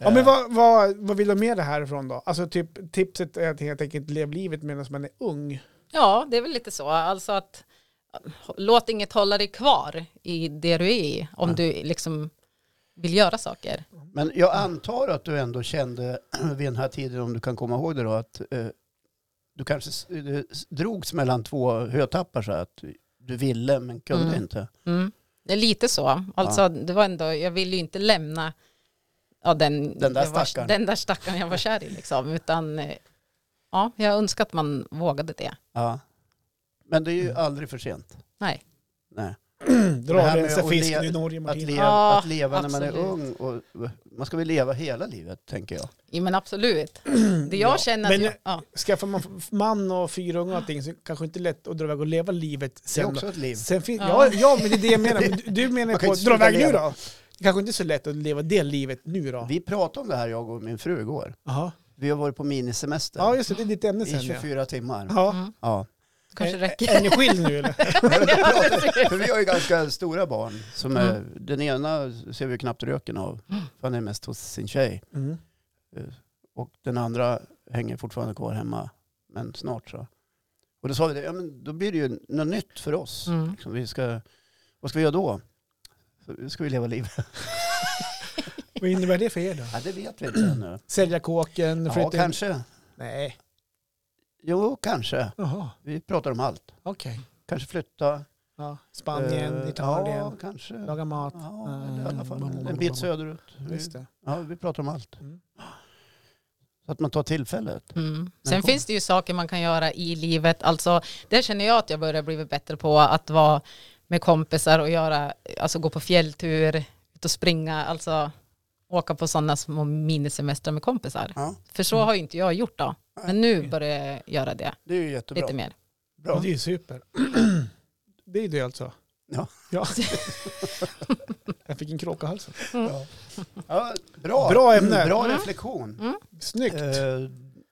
S1: Ja, men vad, vad, vad vill du ha med det här ifrån då? Alltså typ, tipset är att helt enkelt leva livet medan man är ung.
S3: Ja, det är väl lite så. Alltså att låt inget hålla dig kvar i det du är i, om
S2: Ja.
S3: du liksom vill göra saker.
S2: Men jag antar att du ändå kände vid den här tiden, om du kan komma ihåg det då, att eh, du kanske s- eh, s- drogs mellan två hötappar så här, att du ville men kunde
S3: Mm.
S2: inte.
S3: Mm. Det är Lite så. Alltså,
S2: Ja.
S3: det var ändå, jag ville ju inte lämna ja, den,
S2: Den där
S3: jag var,
S2: stackaren.
S3: den där stackaren jag var kär i. Liksom, utan, eh, ja, jag önskar att man vågade det.
S2: Ja. Men det är ju
S1: Mm.
S2: aldrig för sent.
S3: Nej.
S2: Nej.
S1: Dra
S2: Det här
S1: rensa
S2: med att
S1: fisken
S2: le-
S1: ur Norge,
S2: Att
S1: Martina.
S2: leva,
S3: Ja,
S2: att leva när man är ung,
S3: absolut.
S2: och, eh, man ska väl leva hela livet tänker jag.
S3: Ja, men absolut. Det jag
S2: Ja.
S3: känner
S1: Men-
S3: att jag, ja,
S1: Skaffar man f- man och fyra ungar och allting så kanske inte är lätt att dra iväg och leva livet
S2: Det är
S1: sen.
S2: också ett liv.
S1: sen fin-
S3: Ja.
S1: ja. ja, men det är det jag menar. Men Du, du menar
S2: Man kan
S1: på,
S2: inte
S1: dra
S2: sluta
S1: iväg nu
S2: leva.
S1: då? Det kanske inte är så lätt att leva det livet nu då?
S2: Vi pratade om det här jag och min fru igår.
S1: Aha.
S2: Vi har varit på minisemester
S1: Ja, just det, det är ditt ämne
S2: i
S1: sen. Ja.
S2: 24 timmar.
S1: Ja.
S3: mm,
S2: Ja. Eh,
S3: kanske
S1: Ä-
S3: räcker.
S1: Är ni skild nu eller?
S2: För vi har ju ganska stora barn. Som är, Den ena ser vi ju knappt röken av, för han är mest hos sin tjej.
S1: Mm.
S2: Och den andra hänger fortfarande kvar hemma, men snart så. Och då sa vi det, ja, men då blir det ju något nytt för oss.
S3: Mm.
S2: Liksom, vi ska, vad ska vi göra då? Så ska vi leva livet?
S1: Vad innebär det för er då?
S2: Ja, det vet vi inte ännu.
S1: Sälja kåken,
S2: Ja,
S1: flytta in-
S2: kanske.
S1: Nej.
S2: Jo, kanske.
S1: Jaha,
S2: Vi pratar om allt.
S1: okej.
S2: Kanske flytta.
S1: Ja. Spanien,
S2: eh,
S1: Italien,
S2: Ja, kanske. Ja,
S1: laga mat. Mm.
S2: eller i alla fall en bit söderut. Vi,
S1: Just det.
S2: ja, vi pratar om allt.
S1: Mm.
S2: Så att man tar tillfället.
S3: Mm.
S2: Men
S3: Sen
S2: kom.
S3: finns det ju saker man kan göra i livet. Alltså, det känner jag att jag börjar bli bättre på, att vara med kompisar och göra, alltså gå på fjälltur, ut och springa, alltså åka på sådana små minisemestrar med kompisar.
S2: Ja,
S3: För så har ju inte jag gjort då. Men nu börjar jag göra det
S2: det är ju jättebra.
S3: lite mer.
S1: Ja,
S2: Bra.
S1: det är ju super. Det är det alltså.
S2: Ja.
S1: ja. Jag fick en kråka i halsen.
S2: Ja. Ja, bra.
S1: Bra ämne.
S2: Bra
S3: Mm.
S2: reflektion.
S1: Snyggt.
S2: Eh,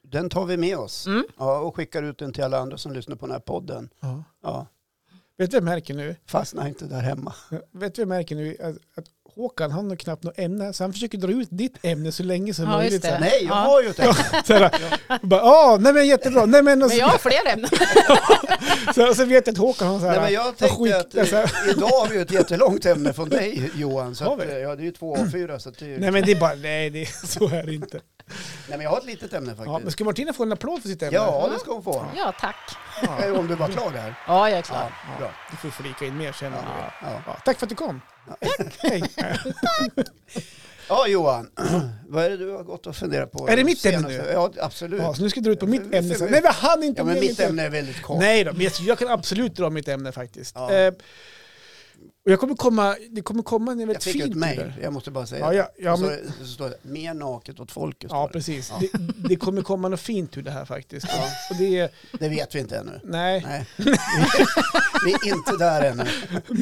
S2: Den tar vi med oss
S3: Mm.
S2: ja, och skickar ut den till alla andra som lyssnar på den här podden.
S1: Ja.
S2: Ja,
S1: Vet du vad jag märker nu?
S2: fastna inte där hemma.
S1: Vet du vad jag märker nu? Att, att Håkan, han har knappt något ämne, så han försöker dra ut ditt ämne så länge som
S3: Ja, just
S1: möjligt.
S3: det.
S1: Så här.
S2: Nej, jag
S3: Ja.
S2: har ju ett ämne.
S1: Så här, bara, ja, nej men jättebra. Nej, men, och
S3: Men
S1: så,
S3: jag har fler ämnen.
S1: så, så vet jag att Håkan har så här,
S2: Nej, men jag
S1: vad
S2: tänkte att
S1: det är så här.
S2: eh, idag har vi ju ett jättelångt ämne från dig Johan. Så
S1: Har
S2: att,
S1: vi?
S2: eh, ja, det är ju två av fyra. Så att det är, ju-
S1: Nej men det är bara, nej det är, så är det inte.
S2: nej, men jag har ett litet ämne
S1: Ja, men
S2: faktiskt.
S1: ska Martina få en applåd för sitt ämne?
S2: Ja, det ska hon få.
S3: Ja, tack.
S1: Ja,
S2: Om du var klar där.
S3: Ja, jag är
S2: Ja,
S3: klar.
S2: bra.
S1: du får flika in mer sen.
S2: Ja,
S1: Ja.
S2: ja.
S1: tack för att du kom. Hej.
S2: ja, Johan. Vad är det du har gått och funderat på?
S1: Är det mitt ämne
S2: senaste-
S1: nu?
S2: Ja, absolut.
S1: Ja, så nu ska jag dra ut på mitt
S2: Ja,
S1: ämne sen.
S2: för-
S1: Nej, vi hann inte
S2: Ja, men
S1: med
S2: mitt ämne är väldigt kort.
S1: Nej då, men jag- jag kan absolut dra mitt ämne faktiskt.
S2: Ja.
S1: Eh, och jag kommer komma, det kommer komma en
S2: Jag
S1: väldigt
S2: fick ju
S1: fin
S2: ett mejl,
S1: tid.
S2: jag måste bara säga
S1: Ja, ja, ja,
S2: Och så,
S1: men,
S2: så står det, mer naket åt folket.
S1: ja,
S2: står det.
S1: precis.
S2: Ja.
S1: Det, det kommer komma något fint ur det här faktiskt.
S2: Ja.
S1: Och det är,
S2: Det vet vi inte ännu.
S1: nej,
S2: Nej, vi är inte där ännu.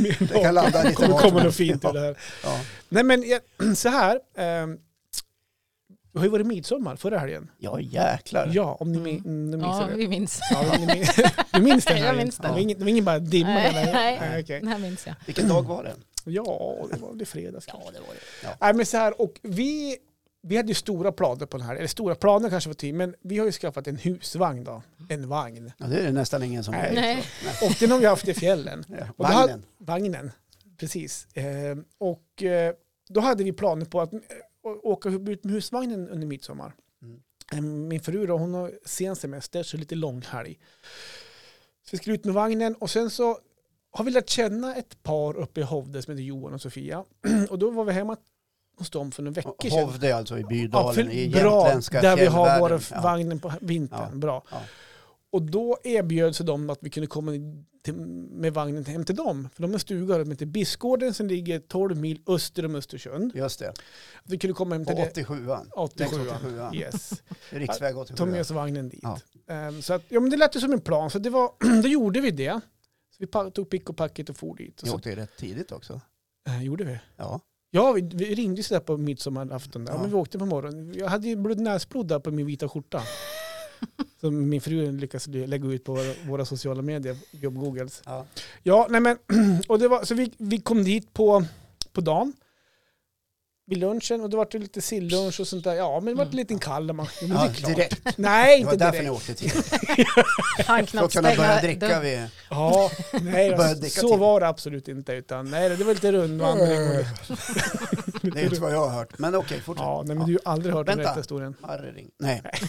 S1: mer
S2: Det kan landa lite
S1: kommer
S2: vart som
S1: komma något
S2: helst.
S1: fint ur det här.
S2: Ja,
S1: Nej men jag, så här, eh, det har ju varit midsommar förra helgen.
S2: ja jäklar.
S1: Ja, om ni, min, om ni minns
S3: Mm. Ja,
S1: det.
S3: vi minns.
S1: Ja, om ni min, du minns den
S3: Jag
S1: helgen?
S3: minns den.
S1: Det var ingen, det var ingen bara dimma?
S3: Nej,
S1: eller?
S3: nej.
S1: okej.
S3: Den här minns jag.
S2: Vilken dag var det?
S1: Ja, det var det fredags kanske.
S2: det var det. Ja.
S1: Nej men så här, och vi, vi hade ju stora planer på den här, eller stora planer kanske var till, men vi har ju skaffat en husvagn då, en vagn.
S2: Ja, det är det nästan ingen som
S1: Nej.
S2: vet.
S3: Nej.
S1: Och den har vi haft i fjällen.
S2: Ja,
S1: Och det här-
S2: Vagnen.
S1: Vagnen, precis. Eh, och eh, då hade vi planer på att eh, å- åka ut med husvagnen under midsommar.
S2: Mm.
S1: Eh, Min fru då, hon har sen semester, så lite lång helg. Så vi skulle ut med vagnen och sen så har vi lärt känna ett par uppe i Hovde som heter Johan och Sofia. och då var vi hemma hos dem för några veckor sedan.
S2: Hovde alltså i
S1: Ja,
S2: Bydalen, i
S1: för, bra,
S2: jämtländska
S1: där vi har
S2: fjällvärlden.
S1: våra
S2: Ja.
S1: vagnen på vintern.
S2: Ja.
S1: Bra.
S2: Ja.
S1: Och då erbjöd sig de att vi kunde komma till, med vagnen hem till dem. För de har en stuga som heter Biskgården som ligger 12 mil öster om Östersund.
S2: Just det,
S1: Att vi kunde komma hem
S2: på
S1: till det.
S2: 87an.
S1: 87.
S2: 87.
S1: Yes.
S2: Riksväg
S1: Ta med
S2: 87.
S1: oss vagnen dit.
S2: Ja.
S1: Ehm, så att, ja, men det lät ju som en plan. Så det var, då gjorde vi det. Så vi pa- tog pick och packet och for dit. Och
S2: Vi
S1: så,
S2: åkte ju rätt tidigt också.
S1: eh, gjorde vi.
S2: Ja,
S1: Ja, vi, vi ringde ju sådär på midsommarafton. Där. Ja.
S2: Ja.
S1: Men vi åkte på morgonen. Jag hade ju blod, näsblod där på min vita skjorta. Som min fru lyckades lägga ut på våra, våra sociala medier, jobb Googles.
S2: ja.
S1: Ja, nej men, och det var, så vi, vi kom dit på, på dagen. Vid lunchen och det var ju lite sillunch och sånt där. Ja, men det var en liten kall. när Man, ja, men det
S2: ja
S1: är klart.
S2: direkt.
S1: Nej,
S2: Det var
S1: inte
S2: därför ni
S1: direkt.
S2: åkte tidigt.
S3: Han
S2: För
S3: knappt
S2: att kunna börja
S3: stänga
S2: dricka
S3: dörren.
S2: vid...
S1: Ja, nej,
S2: Började
S1: alltså,
S2: dricka
S1: så
S2: till.
S1: var det absolut inte. Utan, nej, det var lite rundvandring. och-
S2: Det är inte vad jag har hört. Men okej, fortsätt.
S1: Ja, nej, men du har ju aldrig hört den
S2: Vänta.
S1: rätta historien.
S2: Marring. Nej.
S1: alltså,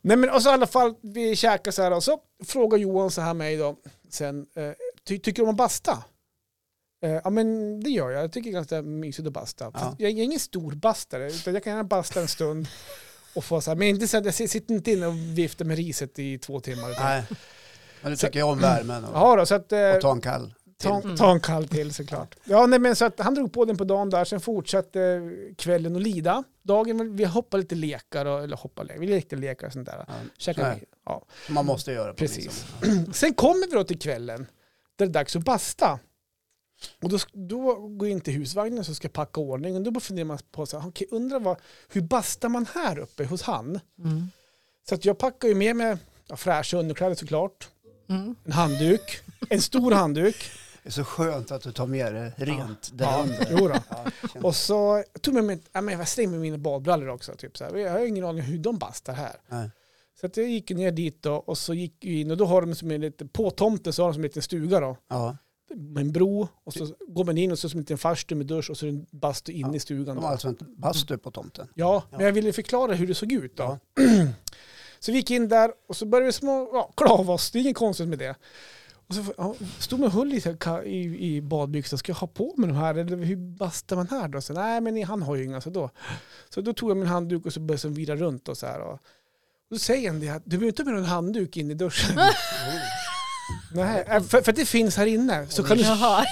S1: Nej men och så i alla fall, vi käkade så här och så frågar Johan så här mig då. sen. Eh, ty, tycker du om att basta? Eh, ja men det gör jag. Jag tycker det är ganska mysigt att basta. Fast
S2: Ja.
S1: Jag, jag är ingen stor bastare utan jag kan gärna basta en stund. Och få så här, men inte så att jag sitter inte inne och viftar med riset i två timmar. utan-
S2: Nej. Men du tycker ju om värmen och,
S1: Ja då, så att, eh,
S2: och ta en kall. till.
S1: Ta,
S3: Mm.
S1: ta en kall till såklart. Ja, nej, men så att han drog på den på dagen där, sen fortsatte eh, kvällen att lida. Dagen, vi hoppade lite lekar, och, eller hoppade, lekar, vi lekte lekar och sånt där.
S2: Ja,
S1: Käkade,
S2: Nej.
S1: ja.
S2: som Man måste göra på liksom.
S1: Precis.
S2: midsommar.
S1: Sen kommer vi då till kvällen, där det är dags att basta. Och då, då går jag in till husvagnen så ska jag packa ordning och då funderar man på så här, okej, undrar vad, hur bastar man här uppe hos han?
S3: Mm.
S1: Så att jag packar ju med mig ja, fräscha underkläder såklart,
S3: Mm.
S1: en handduk, en stor handduk.
S2: Det är så skönt att du tar med det rent där
S1: Ja,
S2: under.
S1: jo då.
S2: Ja, det känns-
S1: Och så tog jag med, ja, men jag slängde med mina badbrallor också. Typ, så här. Jag har ingen aning hur de bastar här.
S2: Nej.
S1: Så att jag gick ner dit då, och så gick vi in och då har de som en liten, på tomten så har de som en liten stuga då.
S2: Ja,
S1: Med en bro och så går man in och så som en liten farstu med dusch och så är det en bastu inne
S2: Ja,
S1: i stugan.
S2: de
S1: Då.
S2: har alltså en bastu på tomten.
S1: Ja,
S2: Ja.
S1: men jag ville förklara hur det såg ut då. så vi gick in där och så började vi små, ja, klä av oss, det är inget konstigt med det. Och så ja, stod man och höll i, så här ka- i, i badbyxor, ska jag ha på mig de här eller hur bastar man här då? Så, Nej men han har ju inga, så då. Så då tog jag min handduk och så började jag vira runt och så här. Och, och då säger han det att du behöver inte ha med någon handduk in i duschen. Mm. Nej, äh, för, för att det finns här inne. Så kan
S3: Jaha.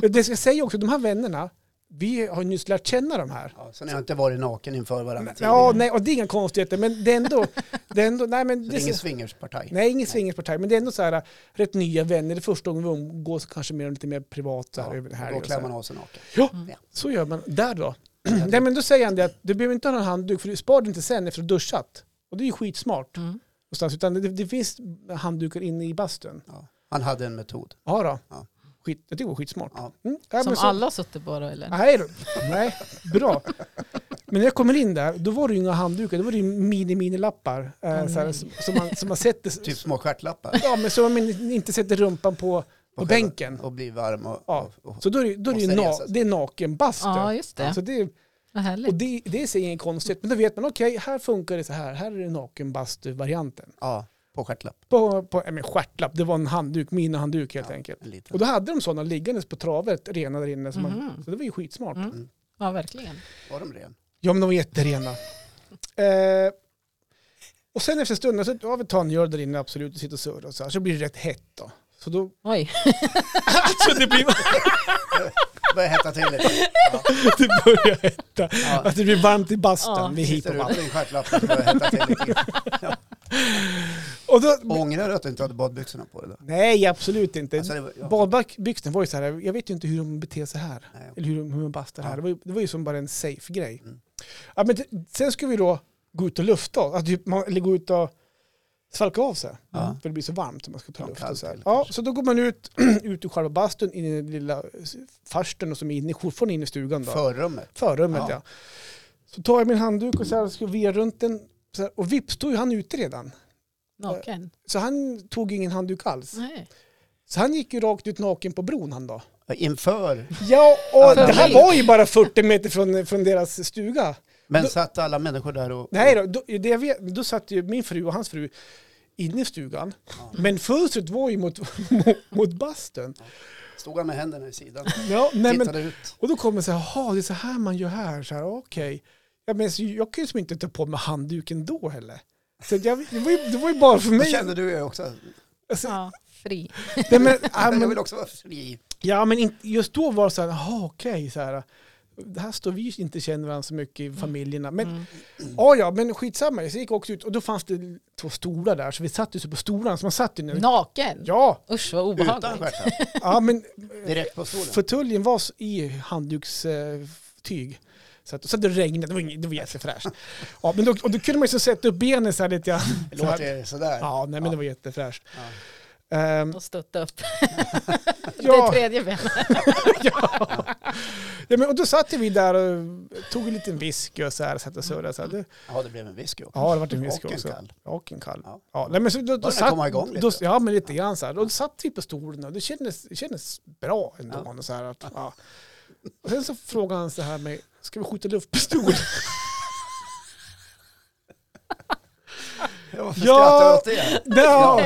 S1: du, det ska jag säga också, de här vännerna, vi har ju nyss lärt känna de här.
S2: Ja, sen har jag inte varit naken inför varandra
S1: Ja,
S2: tidigare.
S1: nej, och det är inga konstigheter, men det är ändå... Det är ändå nej, men
S2: Så det är
S1: det
S2: ingen
S1: är så,
S2: swingerspartaj.
S1: nej, ingen swingerspartaj, men det är ändå så här rätt nya vänner. Det är första gången vi umgås kanske mer lite mer privat. Så här, över det här
S2: då
S1: och så,
S2: klär
S1: här.
S2: man av sig naken.
S1: Ja,
S2: Ja.
S1: så gör man. Där då? nej, men då säger han det att du behöver inte ha någon handduk, för du sparar den inte sen efter att du duschat. Och det är ju skitsmart.
S3: Mm.
S1: Någonstans, utan det, det finns handdukar inne i bastun.
S2: Ja. Han hade en metod.
S1: Ja då.
S2: Ja.
S1: Skit, jag tycker det var skitsmart.
S2: Ja.
S1: Mm. Ja,
S3: Som
S1: men så-
S3: alla har suttit på då eller?
S1: Nej, då. nej, bra. Men när jag kommer in där, då var det ju inga handdukar, då var det ju mini-mini-lappar. Eh,
S3: Åh,
S1: så här,
S3: nej.
S1: som, som, man, som man sätter,
S2: Typ små stjärtlappar.
S1: ja, men som man inte sätter rumpan på, på,
S2: Och
S1: bänken.
S2: Och bli varm och...
S1: Ja.
S2: och, och
S1: Så då är det, då är det ju
S2: Måste
S1: na,
S2: resa sig.
S1: det är nakenbastu.
S3: Ja, just det.
S1: Så det,
S3: Vad
S1: och
S3: härligt.
S1: det, det är sig inget konstigt, men då vet man okej, här funkar det så här, här är det nakenbastu-varianten.
S2: ja, på stjärtlapp.
S1: På, på äh, men stjärtlapp, det var en handduk, minihandduk helt
S2: Ja,
S1: enkelt.
S2: En liten.
S1: Och då hade de sådana liggandes på travet, rena där inne. Så, man,
S3: Mhm.
S1: så det var ju skitsmart.
S3: Mm. Ja, verkligen.
S2: Var de ren?
S1: Ja, men de var jätterena. eh, och sen efter stunden så ja, vi tar en öl där inne absolut och sitter och surrar och så här. Så blir det rätt hett då. Så då...
S3: Oj.
S1: Alltså det blir...
S2: Börjar hetta till lite.
S1: det börjar hetta.
S2: Ja.
S1: Att det blir varmt i bastun.
S3: Ja.
S1: vi hit
S2: Sitter
S1: och vatten.
S2: du på din stjärtlapp och börjar hetta till lite.
S1: Och då...
S2: Och ångrar du att du inte hade badbyxorna på dig då?
S1: Nej, absolut inte.
S2: Alltså, det var- ja.
S1: Badbyxorna var ju så här, jag vet ju inte hur de beter sig här.
S2: Nej, okej.
S1: Eller hur, de- hur man bastar
S2: Ja.
S1: här. Det var, ju, det var ju som bara en safe grej.
S2: Mm.
S1: Ja, men t- sen ska vi då gå ut och lufta oss. Alltså, typ, man- eller gå ut och svalka av sig.
S2: Ja.
S1: För det blir så varmt om man ska ta
S2: Ja,
S1: luft. Och
S2: kallt
S1: så, här.
S2: eller
S1: Ja,
S2: kanske.
S1: så då går man ut, ut ur själva bastun, in i den lilla farstun och som är inne, i- fortfarande inne i stugan. Då.
S2: Förrummet.
S1: Förrummet
S2: Ja.
S1: ja. Så tar jag min handduk och så här, ska vira runt den. Så här, och vips, då är han ute redan.
S3: Naken.
S1: Så han tog ingen handduk alls.
S3: Nej.
S1: Så han gick ju rakt ut naken på bron han då.
S2: Inför.
S1: Ja, och
S3: men-
S1: det här var ju bara 40 meter från, från deras stuga.
S2: Men
S1: Då-
S2: satt alla människor där och...
S1: Nej då, då, det jag vet, då satt ju min fru och hans fru inne i stugan. Men fönstret var ju mot, mot, mot bastun.
S2: Stod han med händerna i sidan.
S1: Ja, nej, men,
S2: Tittade ut.
S1: och då kommer så här, jaha, det är så här man gör här, så här, okej. Ja, men så jag kan ju som inte ta på mig handduken då heller. Så att jag, det, var ju, det var ju bara för
S2: Då
S1: mig.
S2: kände du ju också.
S1: Alltså,
S3: Ja, fri.
S1: nej, men, ja,
S2: Jag
S1: men,
S2: vill också vara fri.
S1: ja, men inte- just då var det så här, jaha, okej, så här. Det här står vi ju inte känner varandra så mycket i familjerna. Men
S3: Mm.
S1: Ja, ja, men skitsamma. Så jag gick också ut och då fanns det två stolar där, så vi satt ju så på stolarna. Så man satt ju nu.
S3: Naken?
S1: Ja,
S3: Usch vad
S2: Utan
S3: obehagligt.
S2: stjärtlapp.
S1: ja, men
S2: Direkt på stolen.
S1: fåtöljen var s- i handdukstyg. Så, att, så att det regnade, det var, inget- det var jättefräscht. Ja, men då, och då kunde man ju så sätta upp benen så här lite grann.
S2: Det
S1: Så här.
S2: låter ju sådär.
S1: Ja, nej men det var jättefräscht.
S2: Ja.
S1: Ehm,
S3: Och stötta upp. Det
S1: ja,
S3: tredje benet.
S1: ja, men, och då satt ju vi där och tog en liten whisky och så här, satt och surrade. Så här. Det,
S2: Ja, det blev en whisky också.
S1: ja, det var en whisky
S2: Och en
S1: också.
S2: kall.
S1: Och en kall.
S2: Ja.
S1: Ja. nej, men så då, då
S2: Började
S1: satt,
S2: komma igång lite.
S1: Då, ja, men lite grann så här. Då satt vi på stolen och det kändes, det kändes bra ändå. Och, så här att, ja. och sen så frågade han så här med, ska vi skjuta luftpistol?
S2: Varför
S1: Ja.
S2: skrattar du åt det?
S1: Ja,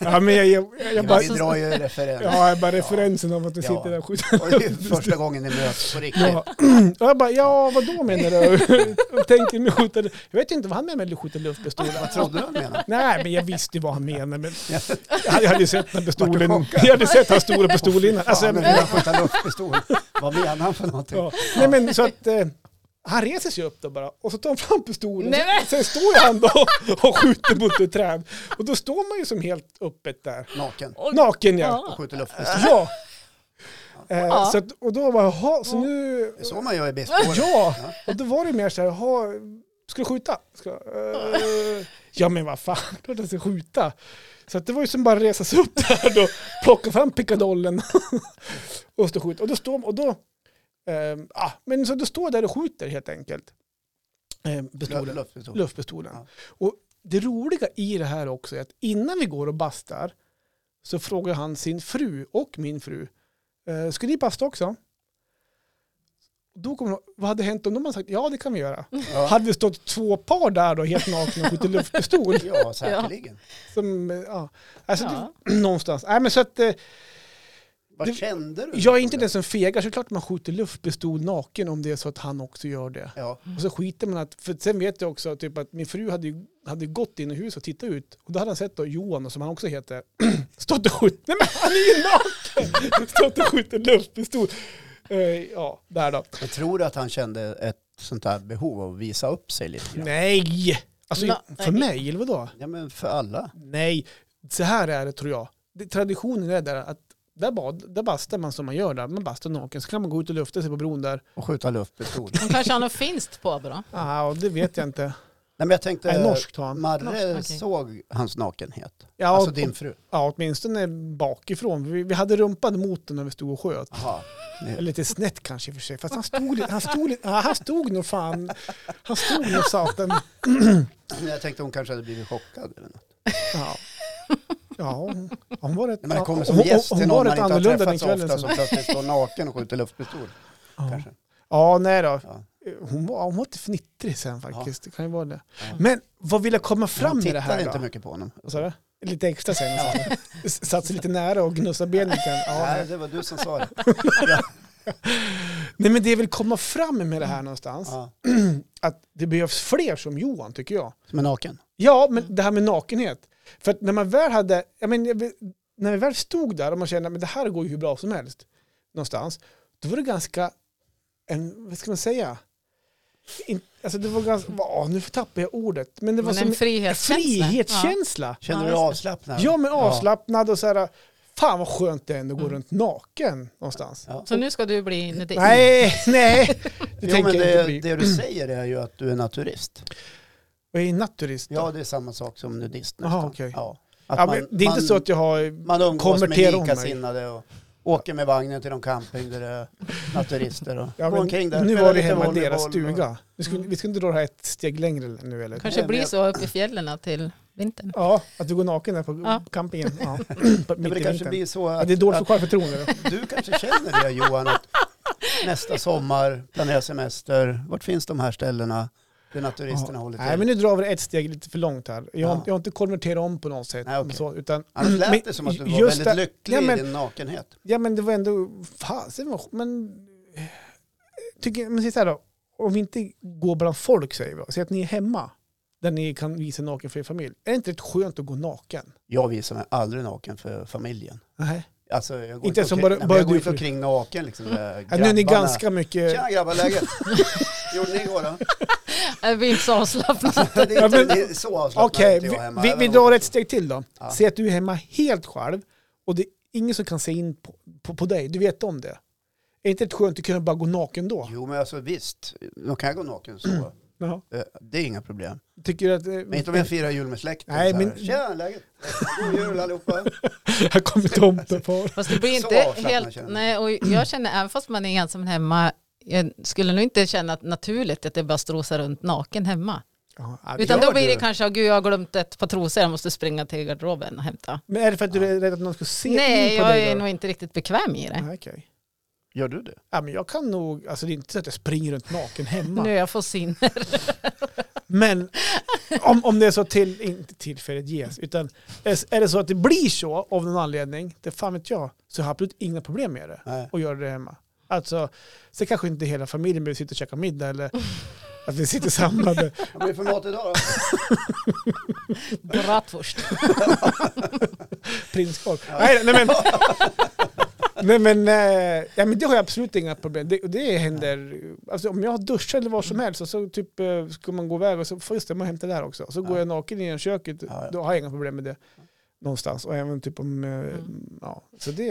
S1: ja men jag, jag, jag bara...
S2: Vi drar ju referens.
S1: Ja, jag bara referensen av att du
S2: Ja.
S1: sitter där och skjuter.
S2: Och det är ju första gången ni möts på riktigt.
S1: Ja. Och jag bara, ja vadå menar du? Jag Tänker ni skjuta... Jag vet inte vad han menar med att skjuta luftpistoler.
S2: Vad trodde du han menade?
S1: Nej, men jag visste ju vad han menade. Men jag hade- jag hade ju sett den pistolen.
S2: Vart du
S1: Jag hade sett hans stora pistol innan. Alltså, jag
S2: Fan,
S1: menar,
S2: men skjuta luftpistol. Vad menar han för någonting?
S1: ja. Nej, men så att... Eh, han reser sig upp då bara och så tar han fram pistolen.
S3: Nej, men-
S1: Sen, sen står han då och skjuter mot ett träd. Och då står man ju som helt öppet där.
S2: Naken.
S1: Naken ja.
S3: Ja.
S2: Skjuter luftpistol.
S1: Ja. Eh, så att, och då bara, jaha, så nu...
S2: Det är så man gör i baseball.
S1: Ja, och då var det mer så här, jaha, ska du skjuta? Ska, eh, ja men vad fan, klart jag ska skjuta. Så att det var ju som bara att resa sig upp där då, plocka fram pickadollen och stå och skjuta. Och då står och då, eh, ah, men så du står där och skjuter helt enkelt. Eh, pistolen,
S2: Luftpistol.
S1: luftpistolen.
S2: Ja.
S1: Och det roliga i det här också är att innan vi går och bastar så frågar han sin fru och min fru, eh, ska ni basta också? Då kommer de, vad hade hänt om de hade sagt ja det kan vi göra?
S2: Ja.
S1: Hade det stått två par där då helt nakna och skjutit luftpistol?
S2: ja, säkerligen.
S1: Som, eh, ja. Alltså,
S3: Ja.
S1: Det, någonstans. Nej, men så att, eh,
S2: Vad
S1: Det-
S2: kände du?
S1: jag är inte den som fegar, så det är klart man skjuter luftpistol naken om det är så att han också gör det.
S2: Ja,
S1: Och så skiter man att, för sen vet jag också typ att min fru hade, ju- hade gått in i huset och tittat ut och då hade han sett då Johan, som han också heter, stått och skjutit, nej men han är ju naken! Stått och skjutit luftpistol. Eh, ja, där då.
S2: jag tror att han kände ett sånt här behov av att visa upp sig lite grann.
S1: Nej! Alltså
S3: Nå,
S1: för
S3: nej.
S1: mig, eller vadå?
S2: Ja, men för alla.
S1: Nej, så här är det tror jag. Det, traditionen är där att där, bad, där bastar man som man gör där. Man bastar naken, så kan man gå ut och lufta sig på bron där.
S2: Och skjuta luftpistol.
S3: Hon kanske har någon finst på då.
S1: Ja, och det vet jag inte. Alltså,
S2: Nej, men jag tänkte...
S1: Nej, norskt har han.
S2: Marre
S3: Norskt, okej.
S2: såg hans nakenhet.
S1: Ja,
S2: alltså
S1: och-
S2: din fru.
S1: Ja, åtminstone bakifrån. Vi, vi hade rumpan mot den när vi stod och sköt.
S2: Aha.
S1: Eller Lite snett kanske i och för sig. Fast han stod, li- han stod, li- ja, han stod nog fan. Han stod nog satan.
S2: Jag tänkte hon kanske hade blivit chockad. Eller något.
S1: Ja. Ja, hon, hon var rätt...
S2: Men det kommer
S1: ja,
S2: som
S1: hon-
S2: gäst
S1: hon-
S2: till
S1: hon var
S2: någon man
S1: rätt
S2: inte har
S1: annorlunda
S2: träffat
S1: den kvällen
S2: så ofta
S1: sen.
S2: som plötsligt står naken och skjuter luftpistol.
S1: Ja.
S2: Kanske.
S1: ja, nej då.
S2: Ja.
S1: Hon var, hon var lite fnittrig sen faktiskt. Det kan ju vara det.
S2: Ja.
S1: Men vad vill jag komma
S2: Hon
S1: fram med det
S2: tittar
S1: här
S2: inte
S1: då?
S2: mycket på honom.
S1: Vad sa du? Lite extra sen. S- Satt sig lite nära och gnussade benen. kan- Ja,
S2: Nej,
S1: nej.
S2: det var du som sa det.
S1: nej men det jag vill komma fram med det här någonstans.
S2: Ja.
S1: Att det behövs fler som Johan tycker jag.
S2: Som är naken.
S1: Ja,
S2: Mm.
S1: men det här med nakenhet. För att när man väl hade, jag men, jag vet- när vi väl stod där och man kände att det här går ju hur bra som helst någonstans. Då var det ganska, en, vad ska man säga? In, alltså det var ganska, åh, nu tappar jag ordet. Men det var
S3: Men
S1: som
S3: en
S1: en
S3: frihetskänsla.
S1: frihetskänsla.
S2: Känner
S3: Ja,
S2: du dig
S3: just det.
S2: avslappnad?
S1: Ja, men avslappnad och så här, fan vad skönt det är ändå att gå
S2: Mm.
S1: runt naken någonstans.
S2: Ja.
S3: Ja. Så nu ska du bli nudist?
S1: Nej, nej, det
S2: Jo, men
S1: tänker jag inte
S2: det,
S1: bli.
S2: det du säger är ju att du är naturist.
S1: Jag är naturist. då.
S2: Ja, det är samma sak som nudist
S1: Jaha,
S2: nästan.
S1: okej.
S2: ja. Att
S1: ja, men det är inte så att jag har,
S2: man umgås med
S1: konverterar om mig.
S2: likasinnade och åker med vagnen till de camping där det är naturister och
S1: ja,
S2: går omkring där.
S1: men nu
S2: spelar
S1: var det
S2: lite
S1: hemma i deras
S2: volleyboll och-
S1: stuga. Vi skulle, vi skulle inte dra det här ett steg längre nu eller?
S3: Kanske
S2: Nej,
S3: blir
S2: men-
S3: så uppe i fjällen till vintern.
S1: Ja, att du går naken där på
S3: Ja.
S1: campingen. Ja. På
S2: Ja, men
S1: mitt
S2: det
S1: i
S2: kanske
S1: vintern.
S2: blir så
S1: Ja,
S2: att,
S1: det är dåligt för
S2: att
S1: självförtroende.
S2: du kanske känner det Johan, att nästa sommar, planera semester, vart finns de här ställena där naturisterna
S1: Ja.
S2: håller till?
S1: Nej, men nu drar vi det ett steg lite för långt här. Jag, har-
S2: Ja.
S1: jag har inte konverterat om på något sätt.
S2: Nej, okej.
S1: så, utan,
S2: Annars lät
S1: men
S2: det som att du var
S1: just
S2: väldigt
S1: det-
S2: lycklig
S1: Ja, men-
S2: i din nakenhet.
S1: Ja men det var ändå, fasen vad men, tycker, men säg så här då, om vi inte går bland folk säger vi, säg att ni är hemma, där ni kan visa naken för er familj, är det inte rätt skönt att gå naken?
S2: Jag visar mig aldrig naken för familjen.
S1: Nej.
S2: Alltså, jag går
S1: Inte
S2: inte,
S1: som
S2: omkring,
S1: bara-
S2: nej, men
S1: bara
S2: jag går
S1: du
S2: inte
S1: för-
S2: omkring naken liksom. Mm.
S1: Ja, Äh, nu är ni ganska mycket,
S2: Tjena grabbar, läget? Gjorde ni igår då?
S3: Jag blir Äh, inte så avslappnad.
S2: Det är,
S1: Ja,
S2: inte,
S1: men-
S2: det är så avslappnad
S1: okej,
S2: inte jag hemma.
S1: vi, vi,
S2: Även
S1: vi
S2: om-
S1: drar ett steg till då.
S2: Ja.
S1: Säg att du är hemma helt själv och det är ingen som kan se in på, på, på dig, du vet om det. Är det inte rätt skönt att kunna bara gå naken då?
S2: Jo men alltså visst, de kan gå naken så.
S1: Jaha.
S2: Eh, Det är inga problem.
S1: Tycker du att... eh,
S2: Men inte om jag firar jul med släkten.
S1: Nej,
S2: så här.
S1: men-
S2: Tjena läget? God jul allihopa.
S1: Här kommer tomten på.
S3: Fast det blir
S2: Så
S3: inte
S2: avslappnad
S3: helt...
S2: känner jag.
S3: Nej, och jag känner, även fast man är ensam hemma, jag skulle nog inte känna att naturligt att jag bara strosar runt naken hemma.
S1: Ja,
S3: Utan
S1: gör
S3: då blir det
S1: du.
S3: kanske, "Åh, gud jag har glömt ett par trosor, jag måste springa till garderoben och hämta.
S1: Men är det för att du är rädd att någon ska se
S3: Nej,
S1: in på dig?
S3: jag är
S1: då?
S3: nog inte riktigt bekväm i det.
S1: Nej, okej.
S2: Gör du det?
S1: Ja, men jag kan nog, alltså det är inte så att jag springer runt naken hemma.
S3: Nu är jag får sinne.
S1: Men om, om det är så till, inte tillfället ges, utan är är det så att det blir så av någon anledning, det fan vet jag, så har jag absolut inga problem med det
S2: Nej.
S1: och göra det hemma. Alltså, sen kanske inte hela familjen behöver sitta och käka middag eller att vi sitter samlade.
S2: Vad blir det för mat idag då?
S3: Bratwurst.
S1: Prinskorv. Nej, nej men, nej, men, eh, ja, men det har jag absolut inga problem det, och det händer, alltså, om jag duschar eller vad som
S2: Mm.
S1: helst och så typ eh, ska man gå iväg och så får just det, man hämtar där också. Så går
S2: Ja.
S1: jag naken in i köket,
S2: Ja, ja.
S1: då har jag inga problem med det någonstans. Och även typ om, eh,
S3: Mm.
S1: ja, så det,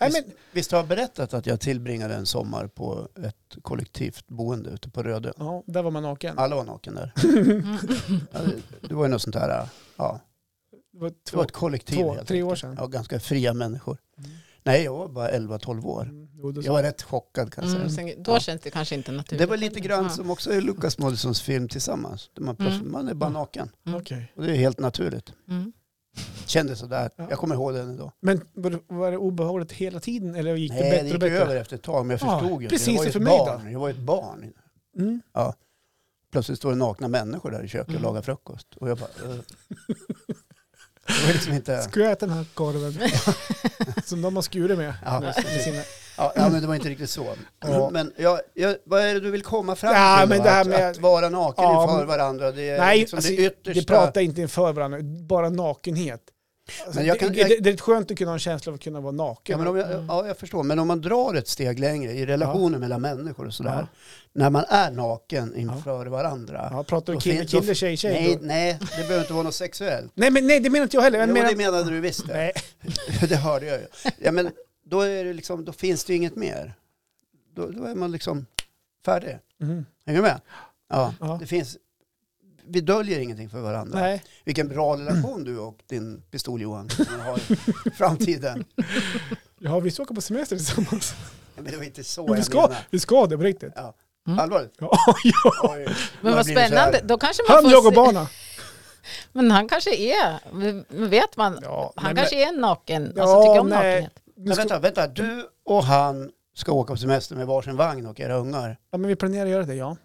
S1: nej men,
S2: Visst har jag berättat att jag tillbringade en sommar på ett kollektivt boende ute på Rödö?
S1: ja, där var man naken.
S2: Alla var naken där.
S3: Mm.
S2: Ja, det- Det var ju något sånt här, ja.
S1: Det var
S2: Det var
S1: två,
S2: ett kollektiv
S1: två
S2: helt
S1: tre år
S2: enkelt.
S1: sedan.
S2: Ja, ganska fria människor.
S1: Mm.
S2: Nej, jag var bara 11-12 år.
S1: Mm, jo, då
S2: Jag var rätt chockad
S1: Alltså,
S2: kan jag säga.
S3: Mm, sen, då
S2: Ja.
S3: känns det kanske inte naturligt.
S2: Det var lite grann
S3: Ja.
S2: som också i Lukas Moodyssons film Tillsammans. Där man, plötsligt,
S3: Mm.
S2: man är bara
S1: Mm.
S2: naken.
S1: Okej.
S2: Och det är helt naturligt.
S3: Mm.
S2: Kände sådär.
S1: Ja.
S2: Jag kommer ihåg den idag.
S1: Men var det, var det obehagligt hela tiden eller gick det
S2: Nej,
S1: bättre
S2: det
S1: och
S2: gick ju
S1: bättre?
S2: över efter ett tag. Men jag
S1: Ja,
S2: förstod ju inte.
S1: precis
S2: jag var
S1: det
S2: ju
S1: för
S2: ett
S1: mig då.
S2: barn. Jag var ju ett barn.
S1: Mm.
S2: Plötsligt står det nakna människor där i köket och
S3: Mm.
S2: lagar frukost. Och jag bara... eh. Det var liksom inte...
S1: Ska jag äta den här korven? Som de har skurit med.
S2: Ja,
S1: Med
S2: precis.
S1: sina-
S2: Ja, ja, men det var inte riktigt så.
S1: Ja.
S2: Men jag, jag, vad är det du vill komma fram
S1: Ja,
S2: till?
S1: men
S2: då?
S1: det här
S2: att,
S1: med-
S2: att vara naken
S1: Ja,
S2: inför
S1: men-
S2: varandra, det är
S1: Nej,
S2: liksom
S1: alltså,
S2: det
S1: Vi
S2: yttersta.
S1: pratar inte inför varandra, bara nakenhet. Alltså,
S2: Men jag kan-
S1: det,
S2: jag-
S1: det, det är skönt att kunna ha en känsla av att kunna vara naken.
S2: Ja, men om jag,
S3: Mm.
S2: ja, jag förstår. Men om man drar ett steg längre i relationer mellan människor och sådär. När man är naken inför varandra.
S1: ja, pratar du
S2: Och
S1: kille,
S2: sen så-
S1: kille, tjej, tjej?
S2: nej,
S1: då?
S2: nej, det behöver inte vara något sexuellt.
S1: nej, men, nej, det menar inte jag heller. Jag
S2: jo,
S1: menar,
S2: det menade du visst. Det,
S1: nej.
S2: det hörde jag ju. Ja, men då, är det liksom, då finns det ju inget mer. Då, då är man liksom färdig.
S1: Mm.
S2: Hänger du med? Ja,
S1: Ja.
S2: det finns... Vi döljer ingenting för varandra.
S1: nej.
S2: Vilken bra relation du och din pistol Johan kommer att ha i framtiden.
S1: Ja, vi ska åka på semester tillsammans.
S2: Men det var inte så
S1: Jo, vi,
S2: jag
S1: ska,
S2: menade.
S1: vi ska det på riktigt.
S2: Ja.
S3: Mm.
S2: Allvarligt?
S1: Ja, ja.
S2: Oj,
S3: Men
S2: jag
S3: vad
S2: blir så här-
S3: spännande. Då kanske man
S1: Han,
S3: får
S1: jag och
S3: se-
S1: barna.
S3: Men han kanske är, men vet man,
S1: Ja,
S3: han
S1: men-
S3: kanske är naken,
S1: Ja,
S3: alltså tycker om
S1: nej.
S3: nakenhet.
S1: Nu
S2: Men
S1: ska,
S2: vänta, vänta, du och han ska åka på semester med varsin vagn och era ungar.
S1: ja, men vi planerar att göra det, ja.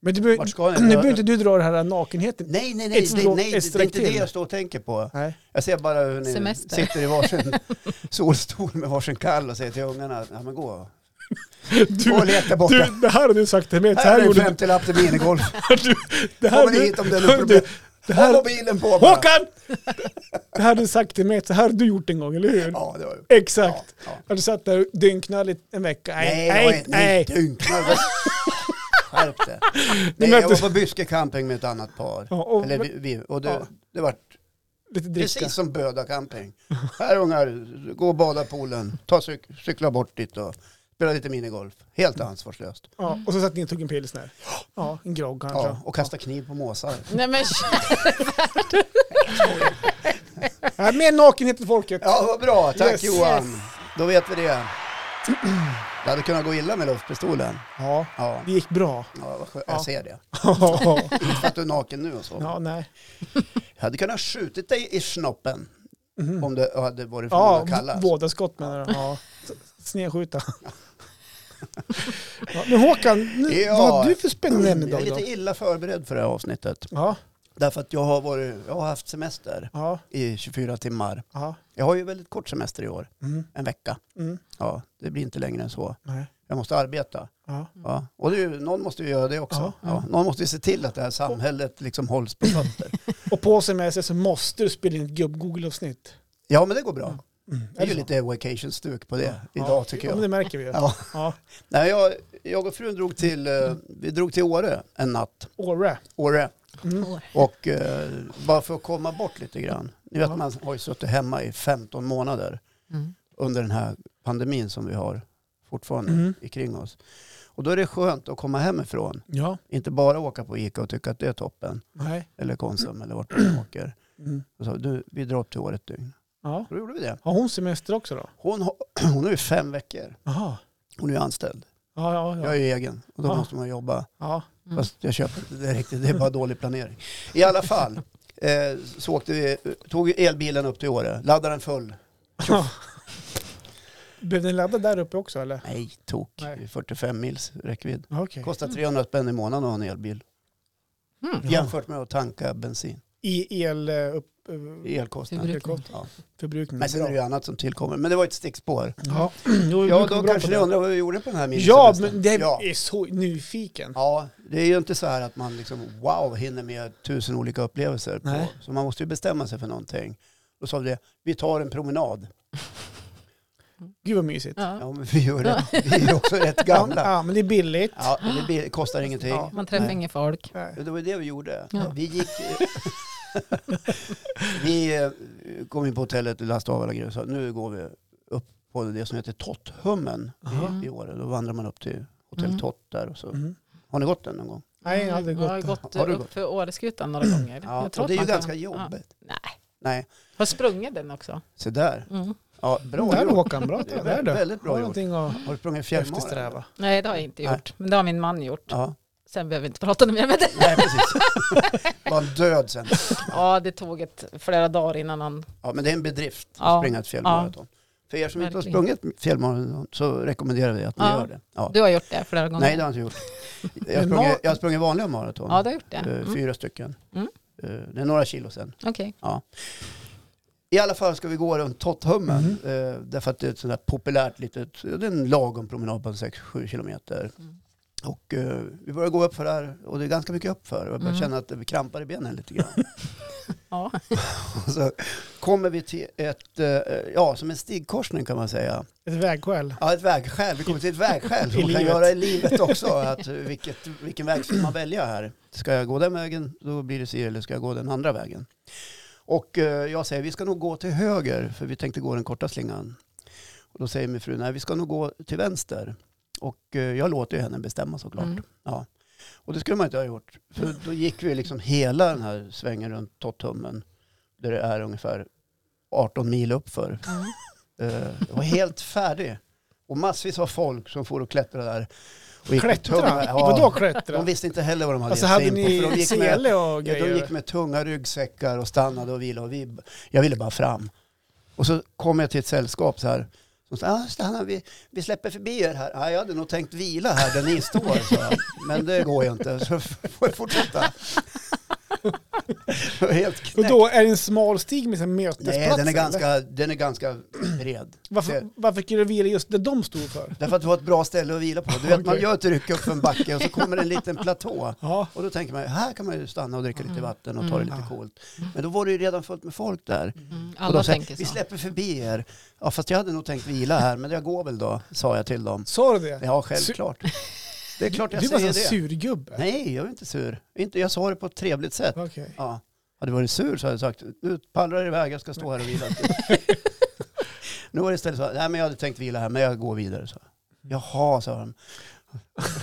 S1: Men du behöver-
S2: Vart ska ni?
S1: nu behöver inte du dra den här nakenheten.
S2: Nej, nej, nej,
S1: Ett
S2: nej,
S1: stråk-
S2: nej
S1: ett
S2: det är
S1: streck
S2: inte det
S1: till.
S2: jag står och tänker på.
S1: Nej.
S2: Jag ser bara hur ni
S3: Semester.
S2: sitter i varsin solstol med varsin kall och säger till ungarna, ja men gå, gå och
S1: Du,
S2: leta borta.
S1: du, det här har du sagt till mig. Så
S2: här
S1: här
S2: är en
S1: gjorde du.
S2: 50-lapp till minigolf.
S1: Du, det här
S2: Kommer ni
S1: du-
S2: hit om det är
S1: hör
S2: något problem?
S1: du, det
S2: Ha
S1: här,
S2: mobilen på bara.
S1: Håkan! Det här har du sagt till mig, så här har du gjort en gång, eller hur?
S2: Ja, det var det. Ja,
S1: Exakt.
S2: ja.
S1: Har du satt där och dynknalligt en vecka?
S2: Nej,
S1: Nej,
S2: jag var
S1: nej,
S2: inte- nej.
S1: nej.
S2: dunkna. Skärp dig. Nej,
S1: möttes-
S2: jag var på Byske camping med ett annat par.
S1: Ja, och-
S2: Eller vi, vi, och det,
S1: Ja.
S2: det var
S1: Lite dricka.
S2: precis som Böda camping. Här ungar, gå och bada i poolen, ta cyk, cykla bort dit och spela lite minigolf. Helt
S1: Mm.
S2: ansvarslöst.
S1: Ja, och så satt ni och tog en pilsner. Ja, en grogg kanske.
S2: Ja, och kasta kniv på måsar.
S3: Nej men
S1: Ja, mer nakenhet till folket.
S2: Ja, vad bra. Tack
S1: Yes.
S2: Johan.
S3: Yes.
S2: Då vet vi det. Det hade kunnat gå illa med luftpistolen.
S1: Ja,
S2: Ja,
S1: det gick bra.
S2: ja vad skönt.
S1: Ja.
S2: jag ser det.
S1: Ja,
S2: Inte för att du är naken nu och så.
S1: nej.
S2: Jag hade kunnat skjutit dig i snoppen
S1: Mhm.
S2: om det hade varit för
S1: Ja,
S2: många kalla. alltså.
S1: båda skott menar du? Ja. Snedskjuta. Ja, men Håkan, nu,
S2: Ja.
S1: vad har du för spännande ämne
S2: Mm. Jag är
S1: idag? då?
S2: lite illa förberedd för det här avsnittet.
S1: Ja,
S2: Därför att jag har, varit, jag har haft semester
S1: ja,
S2: i 24 timmar.
S1: ja.
S2: Jag har ju väldigt kort semester i år,
S1: Mm,
S2: en vecka.
S1: mm,
S2: Ja, det blir inte längre än så.
S1: nej.
S2: Jag måste arbeta.
S1: Ja.
S2: Ja. Och det är ju, någon måste ju göra det också.
S1: Ja, Mm.
S2: Ja,
S1: ja.
S2: Någon måste ju se till att det här samhället liksom hålls på fötter.
S1: Och på semester så måste du spela in ett gubb-Google-avsnitt.
S2: Ja, men det går bra.
S1: Mm.
S2: Det är ju lite vacation-stuk på det
S1: Ja.
S2: idag tycker
S1: Ja, men
S2: jag.
S1: det märker vi ju. Ja.
S2: Ja. Nej, jag. Jag och frun drog till, eh, vi drog till Åre en natt.
S1: Åre.
S2: Åre.
S1: Mm.
S2: Och eh, bara för att komma bort lite grann. Ni vet
S1: Ja.
S2: man har ju suttit hemma i 15 månader
S3: Mm.
S2: under den här pandemin som vi har fortfarande
S1: Mm.
S2: i kring oss. Och då är det skönt att komma hemifrån.
S1: Ja,
S2: Inte bara åka på Ica och tycka att det är toppen.
S1: nej.
S2: Eller Konsum eller vart man åker.
S1: Mm.
S2: Och så, du, vi drar upp till året dygn.
S1: Ja.
S2: Då gjorde vi det.
S1: Har hon semester också då?
S2: Hon, har- hon är ju fem veckor.
S1: Jaha.
S2: Hon är ju anställd.
S1: Ja, ja, Ah.
S2: Jag
S1: ja.
S2: är ju egen. Och då
S1: Ja.
S2: måste man jobba.
S1: ja.
S3: Mm.
S2: Fast jag köper inte det riktigt. Det är bara dålig planering. I alla fall. Eh, så åkte vi, tog elbilen upp till Åre. Laddade den full.
S1: Behövde ni ladda där uppe också eller?
S2: Nej, tok.
S1: Nej.
S2: 45 mils räckvidd.
S1: Ja, Okej.
S2: Kostar 300 spänn i månaden att ha en elbil. Jämfört med att tanka bensin.
S1: I el, eh, upp, eh,
S2: Elkostnad.
S3: Förbrukning.
S1: elkostnad.
S2: Ja.
S1: Förbrukning.
S2: Men sen är det ju annat som tillkommer. Men det var ett stickspår.
S1: Ja, jo,
S2: Ja,
S1: du kom
S2: då
S1: bra
S2: kanske
S1: på
S2: ni
S1: det.
S2: undrar vad vi gjorde på den här
S1: Ja,
S2: minisemestern.
S1: men det
S2: ja.
S1: är så nyfiken.
S2: ja, det är ju inte så här att man liksom wow hinner med tusen olika upplevelser. På.
S1: Nej.
S2: Så man måste ju bestämma sig för någonting. Då sa vi det, vi tar en promenad.
S1: Gud vad mysigt.
S3: Ja.
S2: Ja, men vi gör det. Vi är ju också rätt gamla.
S1: Ja, men det är billigt.
S2: Ja, det blir- kostar ingenting.
S1: Ja.
S3: Man träffar
S2: Nej.
S3: inget folk.
S1: Nej.
S2: Ja, Det var ju det vi gjorde.
S3: Ja.
S2: Vi gick... vi eh, kom in på hotellet, lastade av alla grejer och sa nu går vi upp på det som heter Totthummen
S1: Aha.
S2: i Åre. Då vandrar man upp till hotell
S3: Mm.
S2: Tott där. Och så.
S1: Mm.
S2: Har ni gått den någon gång?
S1: Nej, jag har aldrig
S3: Jag har
S1: gått.
S3: gått
S2: Har du
S3: upp för Åreskutan några gånger.
S2: Ja,
S3: Jag tror
S2: och det är ju
S3: att man kan-
S2: ganska
S3: Ja.
S2: jobbigt.
S3: Nej.
S2: Nej,
S3: Har sprungit den också.
S2: se där.
S3: Mm.
S2: Ja, bra
S1: där
S2: gjort.
S1: Håkan, bra
S2: Det
S1: där.
S2: är
S1: Där du.
S2: väldigt
S1: Har
S2: bra gjort.
S1: någonting att
S2: Har du sprungit fjällmara?
S1: eftersträva.
S3: Nej, det har jag inte
S2: Nej.
S3: gjort. Men det har min man gjort.
S2: Ja,
S3: Sen behöver vi inte prata mer med det.
S2: nej precis. Var en död sen.
S3: Ja, det tog ett flera dagar innan han...
S2: Ja, men det är en bedrift att
S3: Ja.
S2: springa ett fjällmaraton. För er som inte har
S3: Verkligen.
S2: sprungit fjällmaraton så rekommenderar vi att ni
S3: Ja.
S2: gör det. Ja.
S3: Du har gjort det flera gånger.
S2: Nej, det har jag inte gjort. Jag har
S1: Men
S2: sprungit,
S1: mar-
S2: jag har sprungit vanliga maraton.
S3: Ja, du har gjort det.
S2: Eh,
S3: Mm.
S2: Fyra stycken.
S3: Mm.
S2: Eh, Det är några kilo sen.
S3: Okej.
S2: I alla fall ska vi gå runt Totthummen.
S1: Mhm.
S2: eh, Därför att det är ett sånt där populärt litet, det är en lagom promenad på 6-7 kilometer.
S3: Mm.
S2: Och eh, vi börjar gå upp för där och det är ganska mycket upp för. Jag börjar
S3: Mm.
S2: känna att det krampar i benen lite grann.
S3: Ja.
S2: Och så kommer vi till ett, eh, ja som en stigkorsning kan man säga.
S1: Ett vägskäl.
S2: Ja, ett vägskäl. Vi kommer till ett vägskäl som
S1: I
S2: man kan
S1: livet.
S2: göra i livet också. Att vilket, vilken väg ska man välja här? Ska jag gå den vägen, då blir det si, eller ska jag gå den andra vägen? Och eh, jag säger, vi ska nog gå till höger, för vi tänkte gå den korta slingan. Och då säger min fru, nej, vi ska nog gå till vänster. Och eh, jag låter ju henne bestämma såklart.
S3: Mm.
S2: Ja. Och det skulle man inte ha gjort. För då gick vi liksom hela den här svängen runt Tottummen, där det är ungefär 18 mil uppför.
S3: Mm.
S2: Eh, Jag var helt färdig. Och massvis av folk som får och klättra där. Och gick med
S1: Klättra?
S2: tunga- ja,
S1: Vadå
S2: De
S1: klättra?
S2: visste inte heller vad de hade
S1: Alltså
S2: gett sig
S1: hade
S2: in på. För de
S1: ni
S2: gick med,
S1: sele och
S2: ja, de gick
S1: grejer?
S2: med tunga ryggsäckar och stannade och vilade. Och vi, jag ville bara fram. Och så kom jag till ett sällskap så här. Som sa, ah, stanna, vi, vi släpper förbi er här. Ah, jag hade nog tänkt vila här där ni står. Så. Men det går ju inte, så får jag fortsätta. Jag var helt
S1: Och
S2: knäckt.
S1: då är det en smal stig med en
S2: Nej,
S1: mötesplats?
S2: den är,
S1: eller?
S2: ganska, den är ganska bred.
S1: Varför, varför skulle du vila just det de stod för?
S2: Därför att det var ett bra ställe att vila på. Du vet, man
S1: Okej.
S2: gör ett ryck upp för en backe och så kommer en liten platå.
S1: Ja.
S2: Och då tänker man, här kan man ju stanna och dricka lite vatten och ta det lite
S1: Mm.
S2: coolt. Men då var det ju redan fullt med folk där.
S3: Mm.
S2: och
S3: Alla
S2: de sa,
S3: tänker så.
S2: vi släpper förbi er. Ja, fast jag hade nog tänkt vila här, men jag går väl då, sa jag till dem.
S1: Sa du det?
S2: Ja, självklart. Det är klart jag
S1: Du var
S2: säger
S1: en
S2: det.
S1: surgubbe.
S2: Nej, jag är inte sur. Inte, jag sa det på ett trevligt sätt.
S1: Okej.
S2: Ja. Hade jag varit sur så hade jag sagt, nu pallrar det iväg, jag ska stå här och vila. nu var det istället så, nej men jag hade tänkt vila här, men jag går vidare.
S1: Mm.
S2: Så. Jaha, sa de.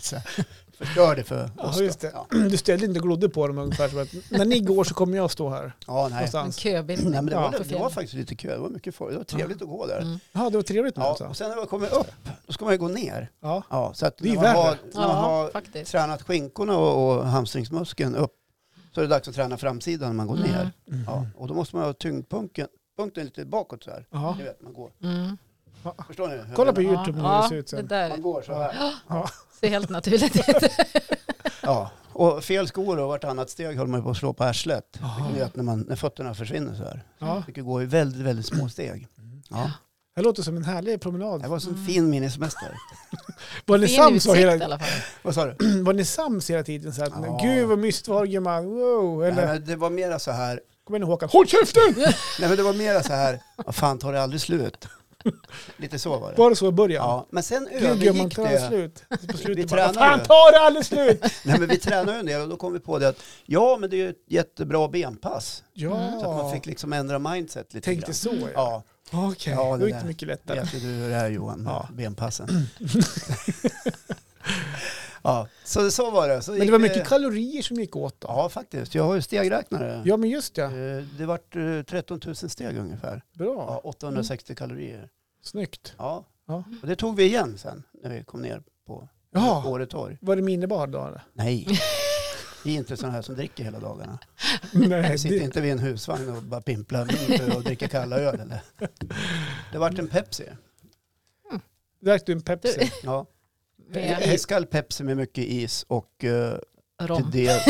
S2: Så här, Förstör det för oss.
S1: Ja,
S2: då.
S1: just det.
S2: Ja.
S1: Du ställde inte och glodde på dem ungefär som att när ni går så kommer jag stå här
S2: ja, nej.
S3: En
S1: någonstans.
S3: köbildning.
S2: nej men det,
S1: Ja,
S2: var,
S3: på
S2: det var
S3: fjällen.
S2: faktiskt lite kul, det var mycket folk, det var trevligt att gå där.
S3: Mm.
S1: Ja, det var trevligt med
S2: Ja,
S1: dem.
S2: och
S1: så.
S2: sen när man kommer upp, då ska man ju gå ner.
S1: Ja.
S2: Ja, så att
S1: Det är
S2: när
S1: ju
S2: man, har,
S1: värre.
S2: när man
S3: Ja,
S2: har
S3: faktiskt.
S2: tränat skinkorna och, och hamstringsmuskeln upp så är det dags att träna framsidan när man
S1: Mm.
S2: går ner. Ja, och då måste man ha tyngdpunkten punkten lite bakåt så här.
S1: Ja.
S2: Ni vet, man går.
S3: Mm.
S2: Förstår ni? hur jag
S1: Kolla på
S2: menar?
S1: YouTube hur det
S3: ja,
S1: ser ut
S3: det
S1: sen.
S3: där
S2: Man går så här.
S3: ser helt naturligt ut.
S2: Ja. Och fel skor och vartannat steg håller man ju på att slå på arslet.
S1: Jaha.
S2: Ni vet när, man, när fötterna försvinner så här.
S1: Ja.
S2: Det går ju väldigt, väldigt små steg. Ja.
S1: Det låter som en härlig promenad.
S2: Det var en sån fin minisemester.
S1: Var ni
S3: Det är en
S1: sams så
S3: utsikt i
S1: hela,
S3: alla fall.
S2: Vad sa du?
S1: var ni sams hela tiden? Så att,
S2: Ja.
S1: Gud vad mysigt var det gumman. Wow.
S2: Nej,
S1: Eller,
S2: men det var mera så här.
S1: kom igen nu Håkan, håll käften!
S2: Nej men det var mera så här. Vad fan tar det aldrig slut? Lite så var det.
S1: Var det så i början?
S2: Ja, men sen
S1: Gud gumman,
S2: övergick
S1: tar det
S2: det.
S1: slut? På slutet bara,
S2: tränade
S1: "Vad fan
S2: ju."
S1: tar det aldrig slut?
S2: Nej, men vi tränade ju en del och då kom vi på det att ja, men det är ju ett jättebra benpass. Så att man
S1: Ja,
S2: fick liksom ändra mindset lite
S1: tänkte
S2: grann.
S1: så ja.
S2: Ja,
S1: Okej,
S2: Ja, det
S1: det var
S2: där.
S1: inte mycket lättare.
S2: vet ju du hur det är Johan, med
S1: Ja.
S2: benpassen. ja, så, så var det. Så
S1: Men
S2: gick
S1: det var mycket kalorier som gick åt då.
S2: Ja, faktiskt. Jag har ju stegräknare.
S1: Ja men just ja,
S2: Eh, Det vart eh, 13 000 steg ungefär. Ja,
S1: bra.
S2: 860 kalorier.
S1: Snyggt.
S2: Ja.
S1: Mm. Ja.
S2: och det tog vi igen sen när vi kom ner på
S1: Ja.
S2: Åre torg.
S1: Var det minibar då eller?
S2: Nej, vi är inte sådana här som dricker hela dagarna.
S1: Nej,
S2: Vi sitter
S1: det,
S2: inte vid en husvagn och bara pimplar minibar och dricker kalla öl. Eller? Det vart en Pepsi.
S1: drack du en Pepsi?
S2: Ja.
S3: Med-
S2: Iskall Pepsi med mycket is och eh,
S3: Rom.
S2: Till det.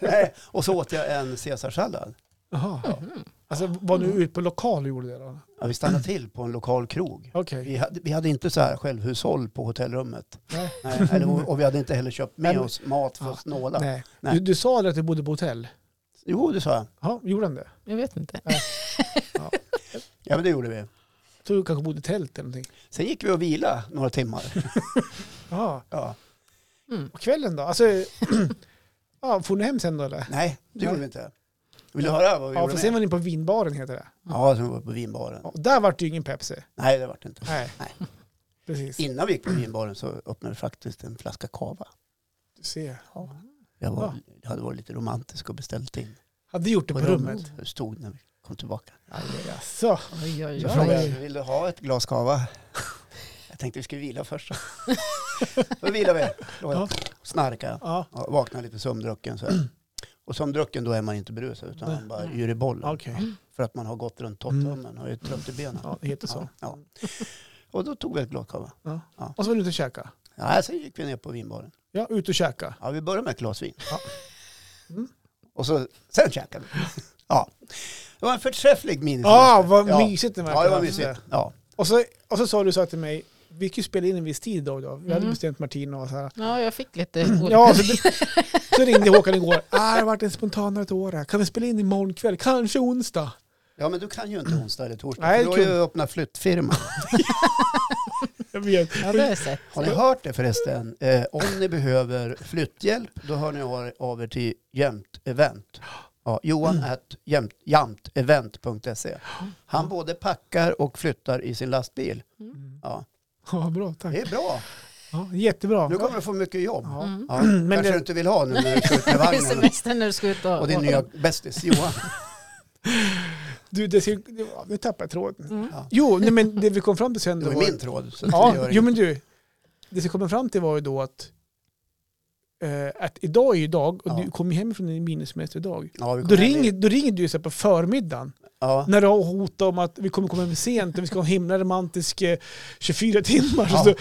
S2: Nej, och så åt jag en caesarsallad.
S1: Jaha.
S3: Mhm.
S1: Alltså var du ute på lokal och gjorde det då?
S2: Ja, vi stannade till på en lokal krog.
S1: Okej.
S2: Vi hade, vi hade inte så här självhushåll på hotellrummet.
S1: Nej.
S2: Nej, eller, och vi hade inte heller köpt med
S1: Men-
S2: oss mat för
S1: Ja.
S2: att snåla.
S1: Nej.
S2: Nej.
S1: Du, du sa aldrig att du bodde på hotell?
S2: Jo, det sa jag.
S1: Ja, gjorde han det?
S3: Jag vet inte.
S2: Ja, men det gjorde vi.
S1: Så du kanske bodde i tält eller någonting?
S2: Sen gick vi och vila några timmar.
S1: Ja.
S2: Ja.
S3: Mm.
S1: Och kvällen då? Alltså, ja, får ni hem sen då eller?
S2: Nej, det gjorde
S1: Nej.
S2: vi inte. Vill du höra vad vi
S1: Ja,
S2: gjorde?
S1: för sen
S2: mer?
S1: var ni på vinbaren heter det.
S2: Ja, sen var vi på vinbaren.
S1: Ja, och där vart det ju ingen Pepsi.
S2: Nej, det var det inte.
S1: Nej.
S2: Nej.
S1: Precis.
S2: Innan vi gick på vinbaren så öppnade vi faktiskt en flaska cava.
S1: Du ser.
S2: Jag, var, jag hade varit lite romantisk och beställt in.
S1: Hade gjort det på rummet.
S2: Hur stod när vi kom tillbaka.
S1: Jaså?
S3: Oj, oj,
S2: Så
S1: Ja,
S3: oj.
S2: frågade
S1: ja.
S2: jag, vill du ha ett glas cava? Jag tänkte vi skulle vila först. Då vilar vi. Låg jag och snarkade.
S1: Ja,
S2: Ja, vaknade lite sömndrucken. Så här. Och sömndrucken då är man inte berusad utan
S1: Nej.
S2: man bara yr i bollen.
S1: okej.
S2: För att man har gått runt tottummen och är trött i benen.
S1: Mm. Ja, det heter så.
S2: Ja, ja. Och då tog vi ett glas cava.
S1: Ja.
S2: Ja.
S1: Och så var du ute och käka.
S2: Ja, sen gick vi ner på vinbaren.
S1: Ja, ut och käka.
S2: Ja, vi började med ett glas vin.
S1: Ja. Mm.
S2: Och så, sen käkade vi. Ja. Det var en förträfflig minisemester.
S1: Ja, vad
S2: ja.
S1: mysigt det verkar.
S2: Ja, det var mysigt. Ja.
S1: Och så, och så sa du så här till mig, vi skulle spela in en viss tid idag. idag. Vi hade
S3: Mm.
S1: bestämt Martina och så här.
S3: Ja, jag fick lite
S1: Mm. Ja, så, så ringde Håkan igår. Ah, det har varit en spontanare år. Kan vi spela in imorgon kväll? Kanske onsdag.
S2: ja, men du kan ju inte onsdag eller torsdag.
S1: Nej, det
S2: Nej, du
S1: är
S2: har ju
S1: kul.
S2: öppnat flyttfirma.
S1: Jag vet.
S3: Ja, det har jag sett.
S2: Har ni hört det förresten? Eh, om ni behöver flytthjälp, då hör ni av- av er till Jämt Event. Ja, Johan
S1: Mm.
S2: at jämt, jamtevent.se. Han både packar och flyttar i sin lastbil.
S1: Mm.
S2: Ja,
S1: Ja, bra. Tack.
S2: det är bra.
S1: Ja, jättebra.
S2: Nu kommer du få mycket jobb.
S1: Ja.
S3: Mm.
S2: Ja,
S1: Men
S2: kanske
S1: det-
S2: du inte vill ha nu när du ska ut med
S3: I
S2: vagnen
S3: semestern när du ska ut och...
S2: och din nya bästis Johan.
S1: Du, det ska, det- ja, nu tappade jag tråden.
S3: Mm.
S2: Ja.
S1: Jo, nej, men det vi kom fram till sen
S2: Det
S1: då
S2: var
S1: var-
S2: min tråd. Så det
S1: Ja,
S2: gör
S1: jo
S2: inget.
S1: men du. Det vi kom fram till var ju då att, eh, att idag är ju idag och
S2: Ja.
S1: du kommer hem från din minnessemester idag.
S2: ja, vi
S1: Då
S2: kommer
S1: ringer,
S2: dit.
S1: då ringer du så här på förmiddagen
S2: Ja.
S1: när du har hotat om att vi kommer komma hem sent och vi ska ha en himla romantisk eh, 24 timmar.
S2: Ja.
S1: Så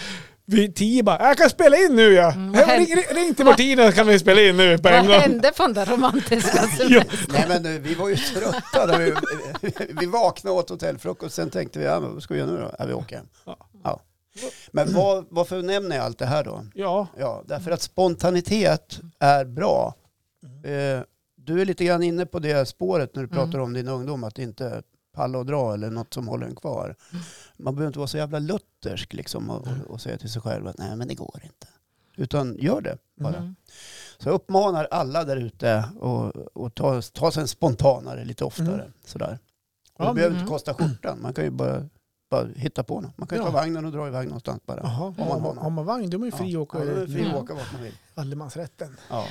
S1: vid 10 bara, jag kan spela in nu ja.
S3: Mm, vad
S1: Här, ring, ring- ring till Martina så kan vi spela in nu på
S3: Vad
S1: en gång.
S3: hände på den där romantiska
S1: Ja.
S2: Nej men eh, vi var ju trötta. När vi, vi vaknade och åt hotellfrukost, sen tänkte vi, ja, men vad ska vi göra nu då? Ja, vi åker hem.
S1: Ja.
S2: Ja. Men vad, varför nämner jag allt det här då?
S1: Ja,
S2: Ja, därför att spontanitet är bra.
S1: Mm.
S2: Eh, Du är lite grann inne på det spåret när du pratar om din ungdom, att inte palla och dra eller något som håller en kvar.
S1: Mm.
S2: Man behöver inte vara så jävla luthersk liksom och, och, och säga till sig själv att nej men det går inte. Utan gör det bara.
S3: Mm.
S2: Så jag uppmanar alla där ute att och ta, ta sig en spontanare lite oftare.
S1: Mm.
S2: Sådär.
S1: Ja,
S2: Och det
S1: men-
S2: behöver inte kosta skjortan. Man kan ju bara, bara hitta på något. Man kan ju
S1: Ja.
S2: ta vagnen och dra iväg någonstans bara.
S1: Jaha,
S2: Om man har
S1: har
S2: någon.
S1: man vagn då är man ju
S2: Ja.
S1: fri Mm. att åka.
S2: Ja, då är det fri
S1: Ja.
S2: att åka vart man vill.
S1: Allemansrätten.
S2: Ja.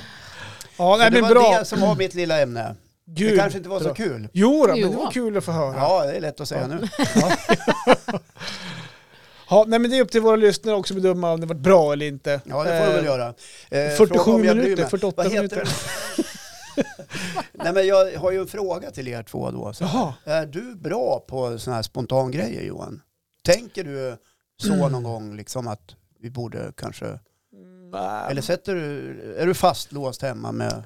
S1: Ja, nej,
S2: det
S1: men
S2: var
S1: bra.
S2: det som var mitt lilla ämne.
S1: Gud,
S2: det kanske inte var
S1: bra.
S2: så kul.
S1: Jo, då, men
S3: Jo.
S1: det var kul att få höra. Ja.
S2: Ja, det är lätt att säga
S1: Ja.
S2: nu.
S1: nej, men det är upp till våra lyssnare också att bedöma om det varit bra eller inte.
S2: Ja, det får de väl göra. Eh,
S1: 47
S2: fråga om jag bryr
S1: minuter,
S2: mig.
S1: 48
S2: Vad heter
S1: minuter.
S2: det? Nej, men jag har ju en fråga till er två då. Så.
S1: Jaha.
S2: Är du bra på sådana här spontangrejer Johan? Tänker du så
S1: Mm.
S2: någon gång liksom att vi borde kanske... Eller sätter du... Är du fastlåst hemma med,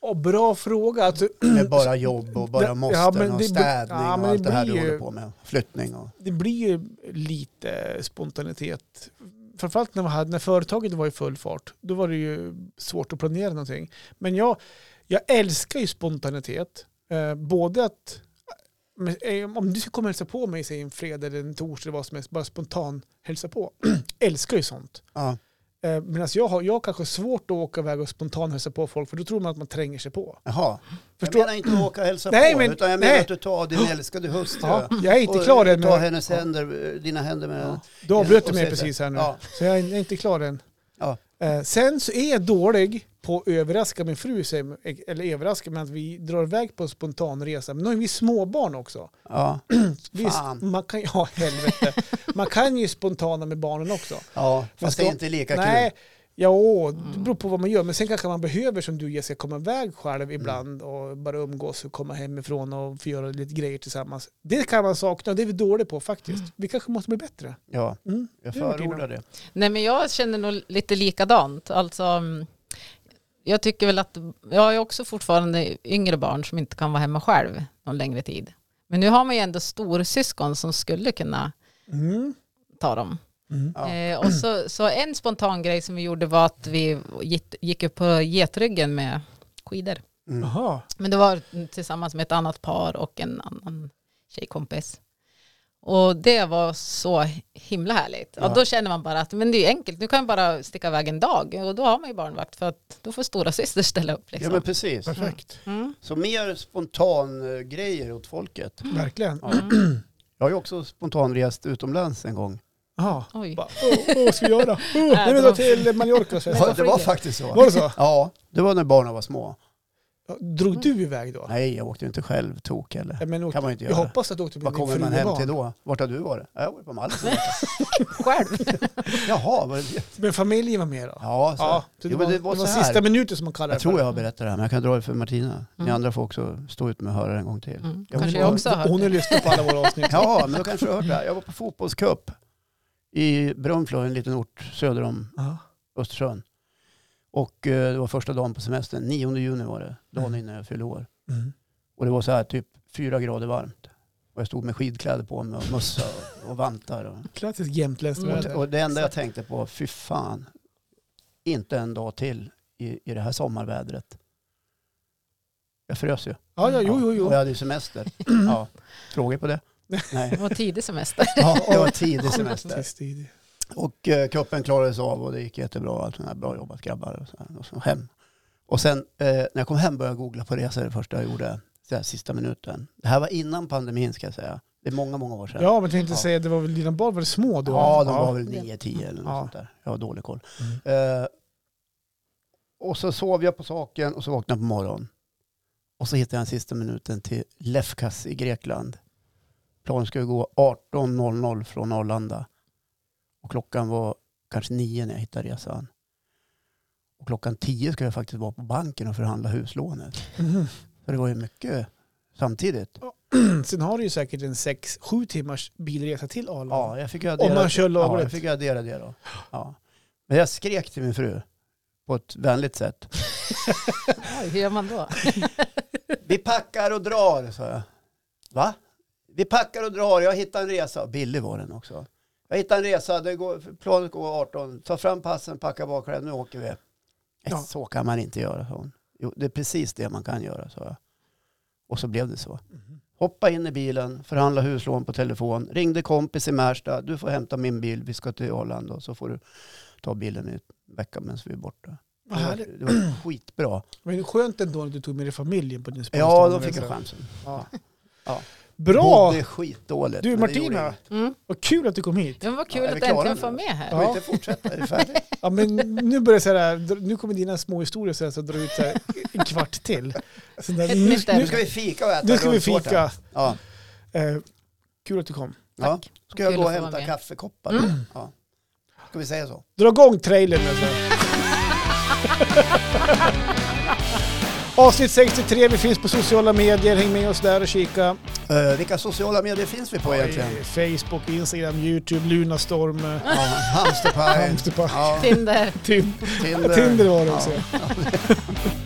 S1: Och bra fråga. Alltså,
S2: med bara jobb och bara
S1: Ja,
S2: måsten
S1: men
S2: och
S1: det-
S2: städning
S1: ja, men
S2: och allt
S1: det
S2: det här
S1: blir
S2: du
S1: ju-
S2: håller på med? Flyttning och...
S1: det blir ju lite spontanitet. Framförallt när, man hade, när företaget var i full fart. Då var det ju svårt att planera någonting. Men jag, jag älskar ju spontanitet. Eh, både att men, eh, om du ska komma och hälsa på mig, säg en fredag eller en torsdag eller vad som helst, bara spontan hälsa på. älskar ju sånt.
S2: Ja,
S1: Eh, Medan jag har jag har kanske svårt att åka iväg och spontan hälsa på folk för då tror man att man tränger sig på.
S2: jaha.
S1: Förstår-
S2: Jag menar inte att åka och hälsa
S1: Nej,
S2: på,
S1: men-
S2: utan jag menar
S1: nej.
S2: att du tar din älskade hustru.
S1: Ja, jag är inte
S2: och eh,
S1: klar än.
S2: Ta
S1: men-
S2: hennes händer, eh, dina händer med den.
S1: Ja. Du avbröt
S2: Och
S1: du mig
S2: säger-
S1: precis här nu.
S2: Ja.
S1: Så jag är jag är inte klar än.
S2: Ja.
S1: Eh, sen så är jag dålig på att överraska min fru, säger- eller överraska med att vi drar iväg på en spontan resa. Men nu har ju vi småbarn också.
S2: Ja.
S1: Visst,
S2: Fan.
S1: man kan, ja, helvete. man kan ju spontana med barnen också.
S2: ja, fast
S1: ska-
S2: det är inte lika kul. Mm.
S1: Nej, Ja, det beror på vad man gör. Men sen kanske man behöver, som du Jessica, komma iväg själv
S2: Mm.
S1: ibland och bara umgås och komma hemifrån och få göra lite grejer tillsammans. Det kan man sakna och det är vi dåliga på faktiskt.
S2: Mm.
S1: Vi kanske måste bli bättre.
S2: Ja,
S1: Mm.
S2: jag
S1: Det är Martina.
S2: förordar det.
S3: Nej men jag känner nog lite likadant. Alltså, mm, jag tycker väl att jag har ju också fortfarande yngre barn som inte kan vara hemma själv någon längre tid. Men nu har man ju ändå storsyskon som skulle kunna
S1: Mm.
S3: ta dem.
S1: Mm.
S2: Ja.
S3: Eh, och så, så en spontan grej som vi gjorde var att vi gick, gick upp på getryggen med skidor.
S2: Mm.
S1: Jaha.
S3: Men det var tillsammans med ett annat par och en annan tjejkompis. Och det var så himla härligt.
S2: Ja.
S3: Och då känner man bara att men det är ju enkelt, nu kan jag bara sticka iväg en dag och då har man ju barnvakt för att då får stora syster ställa upp.
S2: Ja,
S3: Liksom.
S2: men precis.
S1: Perfekt.
S3: mm.
S2: Så mer spontan eh, grejer åt folket.
S1: Mm. Verkligen.
S2: Ja. Jag har ju också spontanrest utomlands en gång.
S1: Jaha.
S3: Oj.
S1: Bara, åh, åh, vad ska vi göra? Oh, nej, men då till Mallorca. Så
S2: Ja,
S1: jag,
S2: det var faktiskt
S1: var
S2: så.
S1: det så?
S2: Ja, det var när barnen var små.
S1: Drog du iväg då?
S2: Nej, jag åkte inte själv tok heller.
S1: Ja, men, åkte-
S2: kan man ju inte
S1: jag
S2: göra.
S1: hoppas att du åkte med
S2: Vad
S1: din
S2: kommer
S1: fru
S2: man
S1: och
S2: hem till
S1: barn.
S2: då? Vart har du varit? Ja, Jag var på Malta.
S3: Själv.
S2: Jaha, var det
S1: Men familjen var med då?
S2: Ja, så.
S1: Ja, så det,
S2: Jo,
S1: var,
S2: men
S1: det var
S2: så här.
S1: sista minuten som man kallar
S2: Jag
S1: det
S2: tror
S1: för.
S2: jag har berättat det här, men jag kan dra det för Martina. Ni
S3: Mm.
S2: andra får också stå ut med att höra det en gång till.
S3: Mm.
S2: Jag
S3: Kanske
S2: var-
S3: jag också har hört
S1: Hon har lyssnat på alla våra avsnitt.
S2: Ja, men då kanske du har hört det här. Jag var på fotbollscup i Brunflo, en liten ort söder om
S1: Ja.
S2: Östersund. Och eh, det var första dagen på semestern, 9 juni var det, dagen innan jag fyllde år.
S1: Mm.
S2: Och det var så här typ fyra grader varmt. Och jag stod med skidkläder på mig och mössa och, och vantar. Och,
S1: Klassiskt jämtländskt
S3: Mm.
S1: väder.
S2: och, och det enda jag tänkte på, fy fan, inte en dag till i, i det här sommarvädret. Jag frös ju.
S1: Ja, ja, jo, jo,
S2: Och jag
S1: jo.
S2: hade ju semester. Ja. Frågor på det? Nej.
S3: Det var tidig semester.
S2: Ja, det var tidig semester.
S1: Precis, det-
S2: Och eh, kuppen klarades av och det gick jättebra. och Allt sånt där. Bra jobbat grabbar. Och så, här. och så hem. Och sen eh, när jag kom hem började jag googla på resor det första jag gjorde. Så här, sista minuten. Det här var innan pandemin ska jag säga. Det är många, många år sedan.
S1: Ja, men tänkte
S2: Ja.
S1: säga, det var väl dina barn var det små då?
S2: Ja, de var väl 9-10 eller något
S1: Ja.
S2: sånt där. Jag har dålig koll. Eh, och så sov jag på saken och så vaknade jag på morgonen. Och så hittade jag den sista minuten till Lefkas i Grekland. Planen skulle gå 18.00 från Arlanda. Och klockan var kanske nio när jag hittade resan. Och klockan tio skulle jag faktiskt vara på banken och förhandla huslånet.
S1: Mhm.
S2: Så det var ju mycket samtidigt.
S1: Sen har du ju säkert en sex, sju timmars bilresa till Arlanda.
S2: Ja, jag fick ju addera,
S1: Om man kör
S2: ja,
S1: lagligt.
S2: jag fick ju addera det då. Ja. Men jag skrek till min fru på ett vänligt sätt.
S3: Oj, Hur gör man då?
S2: Vi packar och drar, sa jag. Va? Vi packar och drar, jag hittar en resa. Billig var den också. Jag hittar en resa, det går, planet går 18. Ta fram passen, packa bakkläderna, nu åker vi.
S1: Ja.
S2: Ja. Så kan man inte göra, sa hon. Jo, det är precis det man kan göra, sa jag. Och så blev det så.
S1: Mhm.
S2: Hoppa in i bilen, förhandla huslån på telefon. Ringde kompis i Märsta, du får hämta min bil, vi ska till Arlanda. Så får du ta bilen i en vecka medan vi är borta. Det
S1: Vad
S2: var,
S1: härligt.
S2: det var skitbra.
S1: Men skönt ändå att du tog med dig familjen på din
S2: Ja,
S1: spontanresa.
S2: då fick jag chansen.
S1: Ja.
S2: Ja.
S1: Bra!
S2: Bodde skitdåligt.
S1: Du
S2: men det gjorde
S1: Martina,
S2: inget.
S3: Mm.
S1: vad kul att du kom hit.
S3: Det var kul
S2: Ja, är vi
S3: att
S2: klara
S3: äntligen
S2: nu?
S3: få med här.
S2: Kan vi inte fortsätta? Är det färdigt?
S1: Ja, men nu börjar jag så här, nu kommer dina små historier så här, så drar ut så här, en kvart till. Så där,
S3: Ett
S1: nu,
S3: nytt
S1: nu,
S2: Nu
S3: ämne.
S2: ska vi fika och äta
S1: nu ska vi
S2: rulltårta.
S1: fika.
S2: Ja.
S1: Eh, kul att du kom.
S2: ja. Ska
S3: Kul
S2: jag gå
S3: att
S2: och
S3: få vara
S2: hämta
S3: med. Mm.
S2: kaffekoppar? Ja. Ska vi säga så?
S1: Dra igång trailern nu. så. Avsnitt 63, vi finns på sociala medier. Häng med oss där och kika.
S2: Eh, vilka sociala medier finns vi på egentligen?
S1: Facebook, Instagram, YouTube, Lunarstorm, eh,
S2: Ja, hamsterpaj.
S1: Hamsterpaj.
S2: Ja,
S3: Tinder.
S1: Tin-
S2: Tinder.
S1: Tinder var det
S2: Ja.
S1: också.